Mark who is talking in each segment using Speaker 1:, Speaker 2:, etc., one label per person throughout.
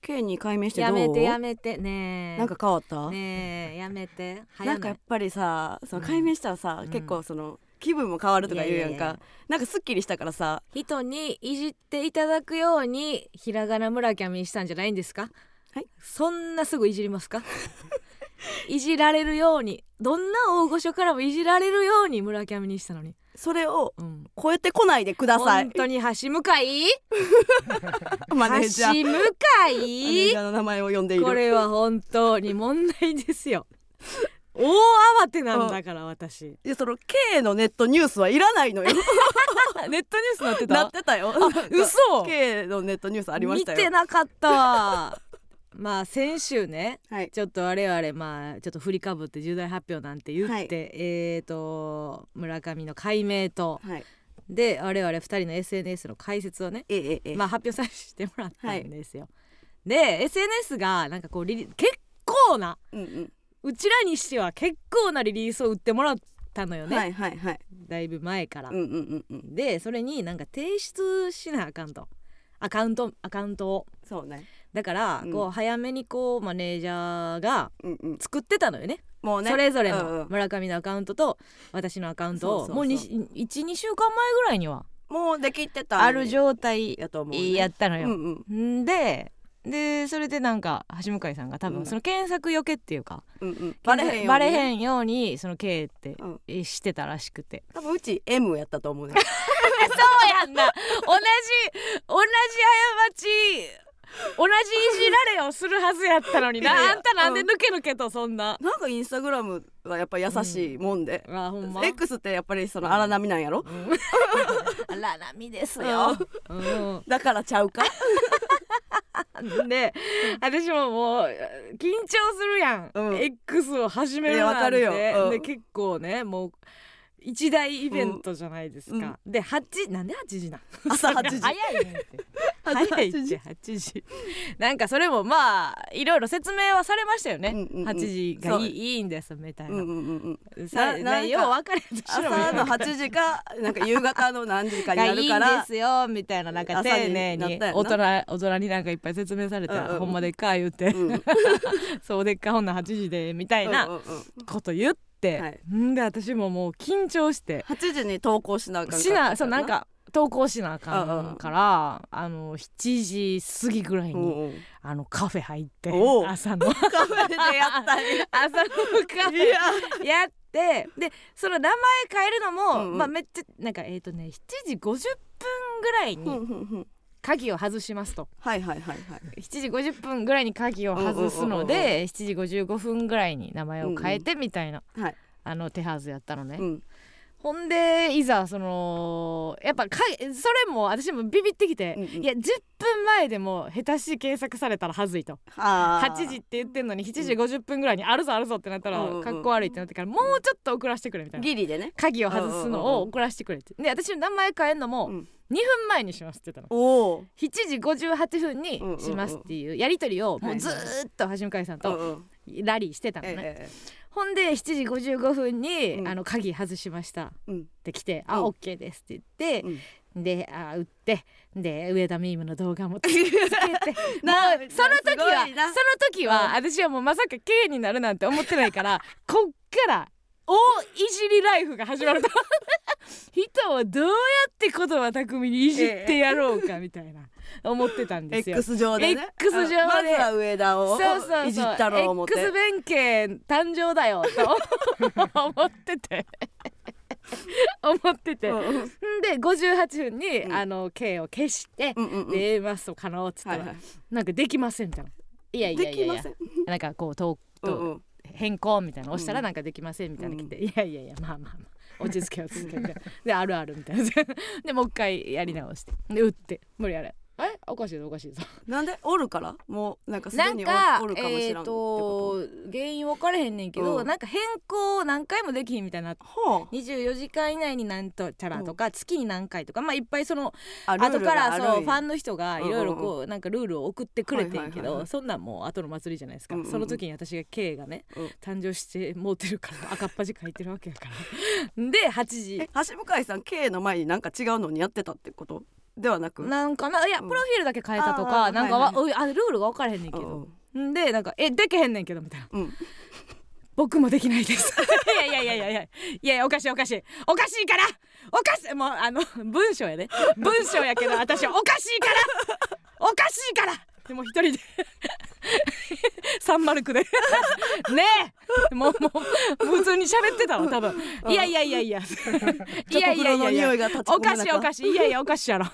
Speaker 1: 計2回目してど
Speaker 2: や
Speaker 1: う
Speaker 2: めてやめてねえ
Speaker 1: なんか変わった、
Speaker 2: ねえやめて流行
Speaker 1: なんかやっぱりさその解明したらさ、
Speaker 2: うん
Speaker 1: 結構その気分も変わるとか言うやんか
Speaker 2: いやいやいや
Speaker 1: なんかすっきりしたからさ
Speaker 2: 人にいじっていただくようにひらがな村キャミにしたんじゃないんですか
Speaker 1: はい
Speaker 2: そんなすぐいじりますか いじられるようにどんな大御所からもいじられるように村キャミにしたのに、
Speaker 1: それを
Speaker 2: うん、
Speaker 1: 超えてこないでください
Speaker 2: 本当に橋向かい
Speaker 1: マネージャー
Speaker 2: 橋向か
Speaker 1: マネージ
Speaker 2: い
Speaker 1: ャーの名前を呼んでいる
Speaker 2: これは本当に問題です よ大慌てなんだから私
Speaker 1: いやその K のネットニュースはいらないのよ
Speaker 2: ネットニュースなって
Speaker 1: なってたよ
Speaker 2: 嘘
Speaker 1: K のネットニュースありましたよ
Speaker 2: 見てなかったわ まあ先週ね
Speaker 1: はい
Speaker 2: ちょっと我々まあちょっと振りかぶって重大発表なんて言って、
Speaker 1: はい
Speaker 2: えーと村上の解明と
Speaker 1: はい
Speaker 2: で我々二人の SNS の解説をね
Speaker 1: ええええ
Speaker 2: まあ発表させてもらったんですよ。で SNS がなんかこうリリ結構な
Speaker 1: うん
Speaker 2: うちらにしては結構なリリースを売ってもらったのよ
Speaker 1: うん
Speaker 2: ね、
Speaker 1: はいはいはい
Speaker 2: だいぶ前から。
Speaker 1: うんうんうんうん
Speaker 2: でそれになんか提出しなあかんとアカウントアカウントを。
Speaker 1: そうね
Speaker 2: だから
Speaker 1: うん
Speaker 2: こう早めにこうマネージャーが
Speaker 1: うんうん
Speaker 2: 作ってたのよね
Speaker 1: もうね
Speaker 2: それぞれ
Speaker 1: うんう
Speaker 2: の
Speaker 1: ん
Speaker 2: 村上のアカウントと私のアカウント
Speaker 1: そうそう
Speaker 2: を
Speaker 1: そう
Speaker 2: もう12週間前ぐらいには
Speaker 1: もうできてた
Speaker 2: ある状態
Speaker 1: やと思うね
Speaker 2: やったの
Speaker 1: うんう
Speaker 2: よ。
Speaker 1: ん
Speaker 2: んででそれでなんか橋向さんが多
Speaker 1: うん
Speaker 2: 分その検索よけっていうか
Speaker 1: うんうんバレへんようにね
Speaker 2: バレへんようにその K って
Speaker 1: うん
Speaker 2: えしてたらしくて
Speaker 1: 多分うち M やったと思うね
Speaker 2: そうやんな同じ同じ過ち同じいじられをするはずやったのにな
Speaker 1: いやいや
Speaker 2: あんたなんで抜け抜けとそん な
Speaker 1: なんかインスタグラムはやっぱ優しいもんで、
Speaker 2: あほんま
Speaker 1: X ってやっぱりその荒波なんやろ
Speaker 2: あらなみですよ。う
Speaker 1: だからちゃうか
Speaker 2: ん、で私ももう緊張するやん、
Speaker 1: うん
Speaker 2: X を始める
Speaker 1: いや
Speaker 2: なん
Speaker 1: わ
Speaker 2: て
Speaker 1: かるようん
Speaker 2: で結構ねもう一大イベントじゃないですか、で8なんで8時なん
Speaker 1: 朝8時
Speaker 2: 早いね んって早いって8時なんかそれもまあいろいろ説明はされましたよね、
Speaker 1: うんうんうん
Speaker 2: 8時がいいいいんですみたい
Speaker 1: うんう
Speaker 2: な、
Speaker 1: んうんうん
Speaker 2: さ
Speaker 1: ななんか
Speaker 2: 内容分かれて
Speaker 1: 朝の8時かなんか夕方の何時かに
Speaker 2: が
Speaker 1: ない
Speaker 2: い
Speaker 1: る
Speaker 2: ん
Speaker 1: から
Speaker 2: ですよみたいななんか丁寧
Speaker 1: 朝にな
Speaker 2: に
Speaker 1: ったや
Speaker 2: 大人大人になんかいっぱい説明された
Speaker 1: うんうんう
Speaker 2: ら
Speaker 1: ん
Speaker 2: ほんまでっか言って
Speaker 1: うんうんうん
Speaker 2: そうでっかほんな8時でみたい
Speaker 1: うん
Speaker 2: な
Speaker 1: うん
Speaker 2: こと言っ
Speaker 1: は
Speaker 2: て
Speaker 1: い
Speaker 2: んで私ももう緊張して
Speaker 1: 8時に投稿しなあかんかった
Speaker 2: し
Speaker 1: から
Speaker 2: なそうなんか投稿しなあかんからあの7時過ぎぐらいうに
Speaker 1: ん うん
Speaker 2: あのカフェ入って
Speaker 1: おう
Speaker 2: 朝の
Speaker 1: カフェでやったり
Speaker 2: 朝のカフ
Speaker 1: い
Speaker 2: ェ
Speaker 1: や
Speaker 2: やってでその名前変えるのも、
Speaker 1: うんうん
Speaker 2: まあ、めっちゃなんかえっ、とね7時50分ぐらい
Speaker 1: うん
Speaker 2: に
Speaker 1: うんうん
Speaker 2: 鍵を外しますと
Speaker 1: はいはいはいはい
Speaker 2: 7時50分ぐらいに鍵を外すの
Speaker 1: うんうんうん
Speaker 2: で7時55分ぐらいに名前を変えてみたいな、
Speaker 1: うんうんはい
Speaker 2: あの手はずやったのね、
Speaker 1: うん
Speaker 2: ほんでいざそのやっぱかそれも私もビビってきて、
Speaker 1: うんうん
Speaker 2: いや10分前でも下手し検索されたらはずいと
Speaker 1: あー
Speaker 2: 8時って言ってんのに7時50分ぐらいにあるぞあるぞってなったら
Speaker 1: うんうん
Speaker 2: かっこ悪いってなってからもうちょっと遅らせてくれみたいな。
Speaker 1: ギリでね
Speaker 2: 鍵を外すの
Speaker 1: うんうんうんう
Speaker 2: を
Speaker 1: ん
Speaker 2: 遅らせてくれってで私の名前変えるのも
Speaker 1: う
Speaker 2: 2
Speaker 1: ん
Speaker 2: 分前にしますって言ったの
Speaker 1: おお
Speaker 2: 7時58分にしますっていうやり取りをもうずーっと橋向さんとラリーしてたのね、ほんで7時55分に、
Speaker 1: うん
Speaker 2: あの鍵外しました」
Speaker 1: うん
Speaker 2: って来て「
Speaker 1: う
Speaker 2: あ
Speaker 1: ん
Speaker 2: オッケーです」って言って、
Speaker 1: うん
Speaker 2: であ売ってで上田ミームの動画もつけつけて
Speaker 1: な
Speaker 2: もうその時
Speaker 1: す
Speaker 2: は
Speaker 1: ごい
Speaker 2: そ
Speaker 1: な
Speaker 2: の時は、私はもうまさか K になるなんて思ってないから こっから大いじりライフが始まると 人はどうやって言葉巧みにいじってやろうかみたいな思ってたんですよ。
Speaker 1: X 上でね
Speaker 2: X 上で
Speaker 1: あまずは上田を
Speaker 2: そうそうそう
Speaker 1: いじったろう思って
Speaker 2: X 弁慶誕生だよ と思ってて思ってて、、
Speaker 1: うんんうん
Speaker 2: で58分に、
Speaker 1: うん
Speaker 2: あの K を消して
Speaker 1: うんうん
Speaker 2: 「で A マスト可能」っつった
Speaker 1: は
Speaker 2: ら、
Speaker 1: いはい
Speaker 2: なんかできませんみたいな「いやいや
Speaker 1: で
Speaker 2: いや
Speaker 1: き
Speaker 2: い
Speaker 1: ま
Speaker 2: や
Speaker 1: せん
Speaker 2: なんかこうと
Speaker 1: うん
Speaker 2: と
Speaker 1: うん
Speaker 2: 変更」みたいなの押した
Speaker 1: う
Speaker 2: ら
Speaker 1: ん
Speaker 2: なんかできませんみたいなの来て「いやいやいやまあまあまあ落ち着け落ち着け」みたいなで「あるある」みたいなでもう一回やり直してで打って無理やれ。えおかしいぞおかしいぞ
Speaker 1: なんでおるからもうなんかすで
Speaker 2: なん
Speaker 1: にお
Speaker 2: か
Speaker 1: おるかもし
Speaker 2: え
Speaker 1: らんっ
Speaker 2: ー
Speaker 1: てこと
Speaker 2: と原因分からへんねんけど、
Speaker 1: うん
Speaker 2: なんか変更を何回もできひんみたいな
Speaker 1: ほう
Speaker 2: 24時間以内になんとちゃらとか、月に何回とかまあいっぱいその
Speaker 1: あルー
Speaker 2: 後
Speaker 1: ル
Speaker 2: か
Speaker 1: が
Speaker 2: ら
Speaker 1: あるんや
Speaker 2: そうファンの人がいろいろ
Speaker 1: うん
Speaker 2: こうなんかルールを送ってくれてん
Speaker 1: はい
Speaker 2: け
Speaker 1: はいはいは
Speaker 2: ど
Speaker 1: い
Speaker 2: そんなんもう後の祭りじゃないですか、
Speaker 1: うんうんうん
Speaker 2: その時に私が K がね、
Speaker 1: うん
Speaker 2: 誕生してもうて るから赤っ端書いてるわけやからで8時
Speaker 1: え橋向さん K の前になんか違うのにやってたってことではなく
Speaker 2: なんかないや
Speaker 1: う
Speaker 2: プ
Speaker 1: ん
Speaker 2: ロフィールだけ変えたと
Speaker 1: あ
Speaker 2: か
Speaker 1: ー
Speaker 2: なんかわ
Speaker 1: はいは
Speaker 2: おいあルールが分からへんねんけ
Speaker 1: う
Speaker 2: ど
Speaker 1: ん
Speaker 2: んでなんか「えできへんねんけど」みたいな
Speaker 1: うん
Speaker 2: 「僕もできないです」 いやいやいやいやいやいやいやおかしいおかしいおかしいからおかしいもうあの文章やで文章やけど私はおかしいからおかしいからでもう一人で サンマルクで ねえもうもう普通に喋ってたわ多分いやいやいや いやい
Speaker 1: チョ
Speaker 2: や
Speaker 1: コ
Speaker 2: い
Speaker 1: クロ
Speaker 2: やいや
Speaker 1: の
Speaker 2: いや
Speaker 1: 匂いが立ち込
Speaker 2: お
Speaker 1: めな
Speaker 2: かしいおか
Speaker 1: し
Speaker 2: しいいやいやおかしいやろ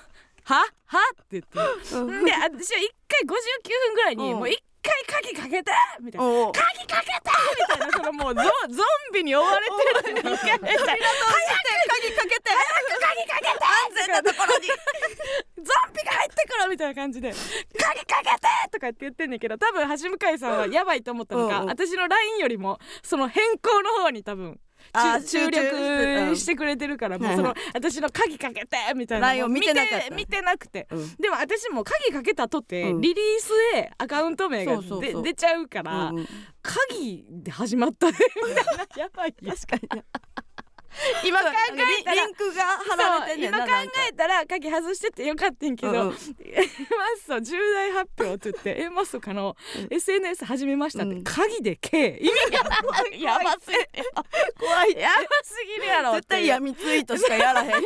Speaker 2: ははって言って
Speaker 1: い、うん
Speaker 2: で私は一回59分ぐらいに
Speaker 1: うん
Speaker 2: もう一回鍵かけてみたいな
Speaker 1: おう
Speaker 2: 鍵かけてみたいなそのもうゾゾンビに追われて る人間みたいな早く
Speaker 1: 鍵かけて
Speaker 2: 鍵かけて
Speaker 1: 安全なところに
Speaker 2: ゾンビが入ってくるみたいな感じで「鍵かけて!」とかって言ってんねんけど多分橋向井さんはやばいと思ったのか
Speaker 1: うんうん
Speaker 2: 私の LINE よりもその変更の方に多分
Speaker 1: あ
Speaker 2: 注
Speaker 1: 集
Speaker 2: 注
Speaker 1: 中して
Speaker 2: 力
Speaker 1: た
Speaker 2: してくれてるか
Speaker 1: は
Speaker 2: らもう
Speaker 1: い
Speaker 2: そ
Speaker 1: は
Speaker 2: の私の鍵かけてみたいな
Speaker 1: LINE を見てなかった
Speaker 2: 見てなくて
Speaker 1: うん
Speaker 2: でも私も鍵かけたとって、
Speaker 1: うん
Speaker 2: リリースへアカウント名が
Speaker 1: そうそうそう
Speaker 2: で出ちゃうから、
Speaker 1: うん
Speaker 2: 鍵で始まったねみたいなやばい
Speaker 1: 確かに
Speaker 2: 今考えた
Speaker 1: リ
Speaker 2: ら
Speaker 1: ンクが貼られて
Speaker 2: そうん
Speaker 1: ねん
Speaker 2: 今
Speaker 1: な
Speaker 2: 考えたら鍵外しててよかったんけど、
Speaker 1: うんうん
Speaker 2: マッソ重大発表って言って「えマッソかの SNS 始めました」って、
Speaker 1: うん
Speaker 2: 鍵で K 意味が やばすぎる
Speaker 1: 怖い
Speaker 2: やばすぎるやろって
Speaker 1: 絶対闇ツイートしかや らへん鍵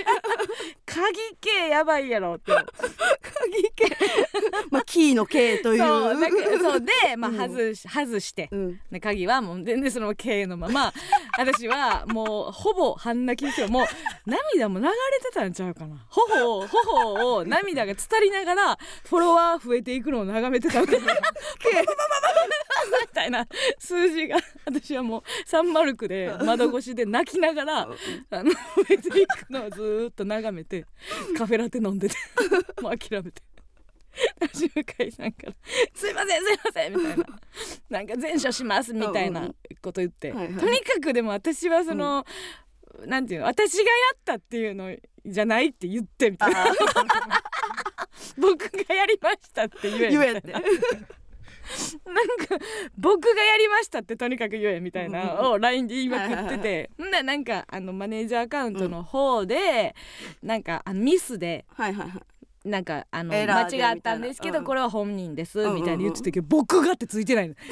Speaker 2: 鍵 K やばいやろって
Speaker 1: 系まあキーの系と
Speaker 2: そう
Speaker 1: いう
Speaker 2: だけそうで、まあ、
Speaker 1: うん
Speaker 2: 外し外して
Speaker 1: うん
Speaker 2: で鍵はもう全然その経営のま ま私はもうほぼ半泣きですよもう涙も流れてたんちゃうかな頬を頬を涙が伝りながらフォロワー増えていくのを眺めてたみたいな みたいな数字が私はもうサンマルクで窓越しで泣きながらあの増えていくのをずーっと眺めてカフェラテ飲んでて もう諦めて。橋向さんから「すいませんすいません」みたいななんか全書しますみたい
Speaker 1: うんう
Speaker 2: なんこと言って、
Speaker 1: はいはい
Speaker 2: とにかくでも私はその、なんていうの私がやったっていうのじゃないって言ってみたいな僕がやりましたって 言えみ
Speaker 1: 言
Speaker 2: たい
Speaker 1: え
Speaker 2: な
Speaker 1: って
Speaker 2: なんか僕がやりましたってとにかく言えみたい
Speaker 1: うんうん
Speaker 2: なを LINE で言いまくって
Speaker 1: はいはい
Speaker 2: てほんならなんかあのマネージャーアカウントの方で、なんかあのミスで
Speaker 1: はいはいはい
Speaker 2: なんかあの
Speaker 1: エラーで
Speaker 2: 間違ったんですけ
Speaker 1: みたいな
Speaker 2: ど、
Speaker 1: うん
Speaker 2: これは本人です、
Speaker 1: うんうんうん
Speaker 2: みたいに言ってたけど僕がってついてないの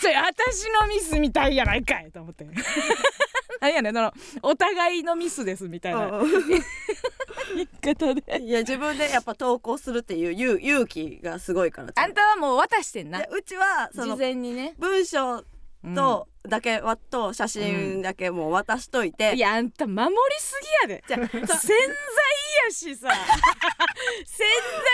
Speaker 2: それ私のミスみたいやないかいと思 ってなんやねんそのお互いのミスですみたいな
Speaker 1: うんうん
Speaker 2: 言い方で
Speaker 1: いや自分でやっぱ投稿するっていう勇勇気がすごいから
Speaker 2: あんたはもう渡してんな
Speaker 1: でうちはそ
Speaker 2: 事
Speaker 1: の
Speaker 2: 前にね、
Speaker 1: 文章
Speaker 2: うん
Speaker 1: とだけはと写真だけもう渡しといて、
Speaker 2: いやあんた守りすぎやで
Speaker 1: じゃあ
Speaker 2: 潜在やし さ潜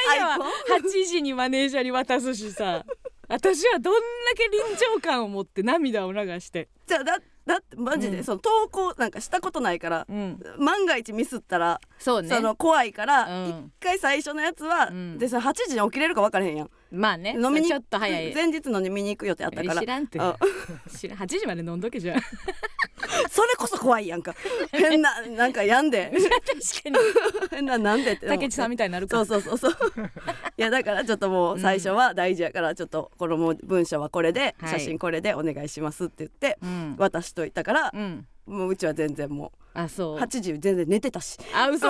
Speaker 2: 在やわ8時にマネージャーに渡すしさ私はどんだけ臨場感を持って涙を流して
Speaker 1: じゃあだだってマジで、
Speaker 2: うん
Speaker 1: その投稿なんかしたことないから、
Speaker 2: うん
Speaker 1: 万が一ミスったら
Speaker 2: そう
Speaker 1: その怖いから
Speaker 2: うん
Speaker 1: 一、回最初のやつは、
Speaker 2: うん
Speaker 1: でその8時に起きれるか分からへんやん
Speaker 2: まあね
Speaker 1: 飲みに
Speaker 2: ちょっと早い
Speaker 1: 前日のに見に行く予定あったから
Speaker 2: 知らんて
Speaker 1: あ
Speaker 2: 知らん8時まで飲んどけじゃん 確
Speaker 1: それこそ怖いやん か変ななんかやんで
Speaker 2: かに
Speaker 1: 変ななんでって思って
Speaker 2: 竹内さんみたいになるか
Speaker 1: そ
Speaker 2: ら
Speaker 1: うそうそうそういやだからちょっともう最初は大事やからちょっとこのもう文章はこれで、
Speaker 2: はい
Speaker 1: 写真これでお願いしますって言って
Speaker 2: うん
Speaker 1: 渡しといたから、
Speaker 2: うん
Speaker 1: もううちは全然も
Speaker 2: あ
Speaker 1: う
Speaker 2: そう
Speaker 1: 8時全然寝てたし
Speaker 2: あ嘘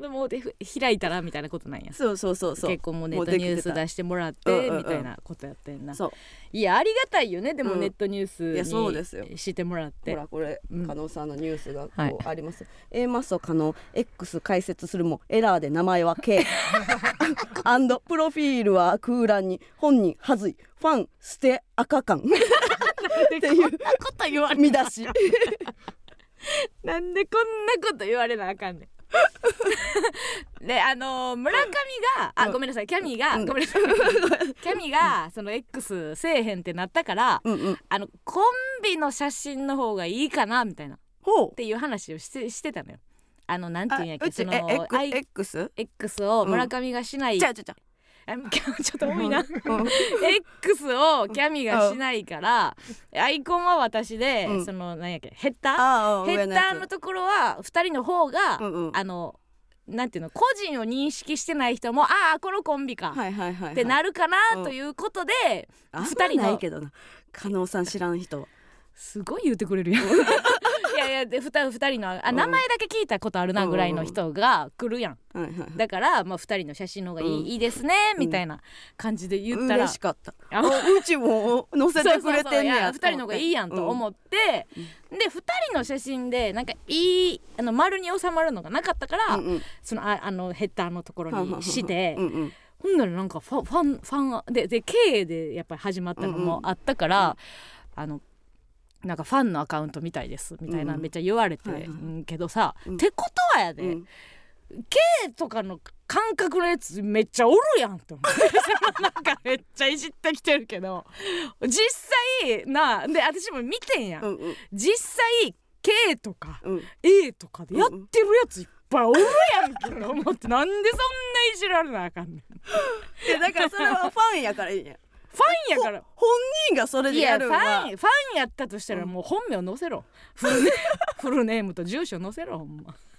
Speaker 2: でもで開いたらみたいなことなんや
Speaker 1: そうそうそうそう
Speaker 2: 結構もうネ
Speaker 1: もう
Speaker 2: ット
Speaker 1: で
Speaker 2: ニ
Speaker 1: き
Speaker 2: ュー
Speaker 1: て
Speaker 2: ス
Speaker 1: た
Speaker 2: 出してもらっ
Speaker 1: うんうん
Speaker 2: て
Speaker 1: うん
Speaker 2: みたいなことやってんな
Speaker 1: そう
Speaker 2: いやありがたいよねでも
Speaker 1: うん
Speaker 2: ネットニュース
Speaker 1: いやそうですよ
Speaker 2: にしてもらって
Speaker 1: ほらこれ、
Speaker 2: うん
Speaker 1: 加納さんのニュースがこ
Speaker 2: はいう
Speaker 1: あります、A マッソ加納 X 解説するもエラーで名前は K アンドプロフィールは空欄に本人はずいファン捨て赤 感っていう
Speaker 2: こと言わ
Speaker 1: 見出し
Speaker 2: なんでこんなこと言われなあかんね ん。であのー村上があごめんなさいキャミが、
Speaker 1: うん
Speaker 2: ごめん なさいキャミがその X せえへんってなったから
Speaker 1: うんうん
Speaker 2: あのコンビの写真の方がいいかなみたいなっ
Speaker 1: ほう
Speaker 2: ていう話をしてしてたのよ。あのなんてい
Speaker 1: あ
Speaker 2: うんやっけ
Speaker 1: うち
Speaker 2: そ
Speaker 1: え
Speaker 2: の
Speaker 1: え
Speaker 2: あい
Speaker 1: X?
Speaker 2: X を村上がしない、
Speaker 1: じゃあじゃあ
Speaker 2: あ今日 ちょっと多いな
Speaker 1: じゃあうん
Speaker 2: X をキャミがしないからアイコンは私で、
Speaker 1: うん
Speaker 2: そのなんやっけヘッダー
Speaker 1: ああ
Speaker 2: ヘ
Speaker 1: 上
Speaker 2: ッ
Speaker 1: の
Speaker 2: ダ
Speaker 1: や
Speaker 2: ーの
Speaker 1: つ
Speaker 2: ところは2人の方が、
Speaker 1: うんうん
Speaker 2: あのなんていうの個人を認識してない人もああこのコンビか、
Speaker 1: はいはいはいはい
Speaker 2: ってなるか
Speaker 1: うん
Speaker 2: なということで、
Speaker 1: あんま
Speaker 2: 二人の
Speaker 1: ないけどな加納さん知らん人は
Speaker 2: すごい言ってくれるやん。いやいやでふた二人のあ
Speaker 1: うん
Speaker 2: 名前だけ聞いたことあるなぐらいの人が来るやん
Speaker 1: はいはい
Speaker 2: だからまあ二人の写真の方がいい,、
Speaker 1: うん
Speaker 2: いいですねみたいな感じで 言ったら
Speaker 1: 嬉しかった
Speaker 2: あ
Speaker 1: うちも載せてくれてんねや
Speaker 2: 2人の方がいいやんと思って、で2人の写真でなんかいいあの丸に収まるのがなかったから、
Speaker 1: うんうん
Speaker 2: そのああのヘッダーのところにして、
Speaker 1: うんうん
Speaker 2: ほんならなんかファンファンファンでで K でやっぱり始まったのもあったから、あのなんかファンのアカウントみたいですみたいな
Speaker 1: うん
Speaker 2: めっちゃ言われて、
Speaker 1: はいはい
Speaker 2: うんけどさ、
Speaker 1: うん
Speaker 2: てことはやで、
Speaker 1: うん
Speaker 2: K とかの感覚のやつめっちゃおるやんと思って なんかめっちゃいじってきてるけど実際なで私も見てんやん、
Speaker 1: うんうん
Speaker 2: 実際 K とか
Speaker 1: うん
Speaker 2: A とかでやってるやついっぱいおるやんけと思ってなんでそんないじられなあかんねん
Speaker 1: でだからそれはファンやからいいやん
Speaker 2: ファンやから
Speaker 1: 本人がそれ
Speaker 2: い
Speaker 1: で
Speaker 2: や
Speaker 1: や
Speaker 2: ファ
Speaker 1: る
Speaker 2: ン
Speaker 1: ん
Speaker 2: フ
Speaker 1: は
Speaker 2: ァンやったとしたらもう本名載せろフルネ フルネームと住所載せろほんま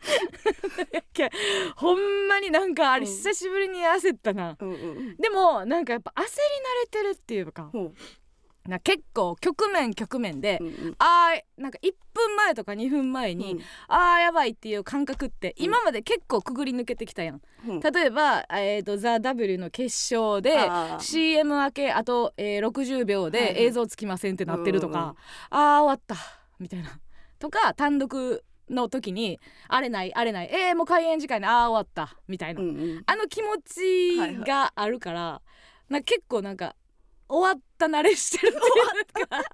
Speaker 2: いやほんまになんかあれ
Speaker 1: うん
Speaker 2: 久しぶりに焦ったな、
Speaker 1: うんうん
Speaker 2: でもなんかやっぱ焦り慣れてるっていうか
Speaker 1: ほう
Speaker 2: な結構局面局面で、
Speaker 1: うんうん
Speaker 2: あーなんか1分前とか2分前に、
Speaker 1: うん
Speaker 2: あーやばいっていう感覚って今まで結構くぐり抜けてきたやん、
Speaker 1: うん
Speaker 2: 例えば「えー、とザ・ w の決勝で
Speaker 1: あー
Speaker 2: CM 明けあと、えー60
Speaker 1: は
Speaker 2: 秒
Speaker 1: いは
Speaker 2: で
Speaker 1: い
Speaker 2: 映像つきませんってなってるとか、
Speaker 1: うんうん
Speaker 2: あー終わったみたいなとか単独の時に「あれないあれないえー、もう開演時間ねあー終わった」みたいな、
Speaker 1: うんうん
Speaker 2: あの気持ちがあるから、なんか結構なんか終わった慣れしてるっていう か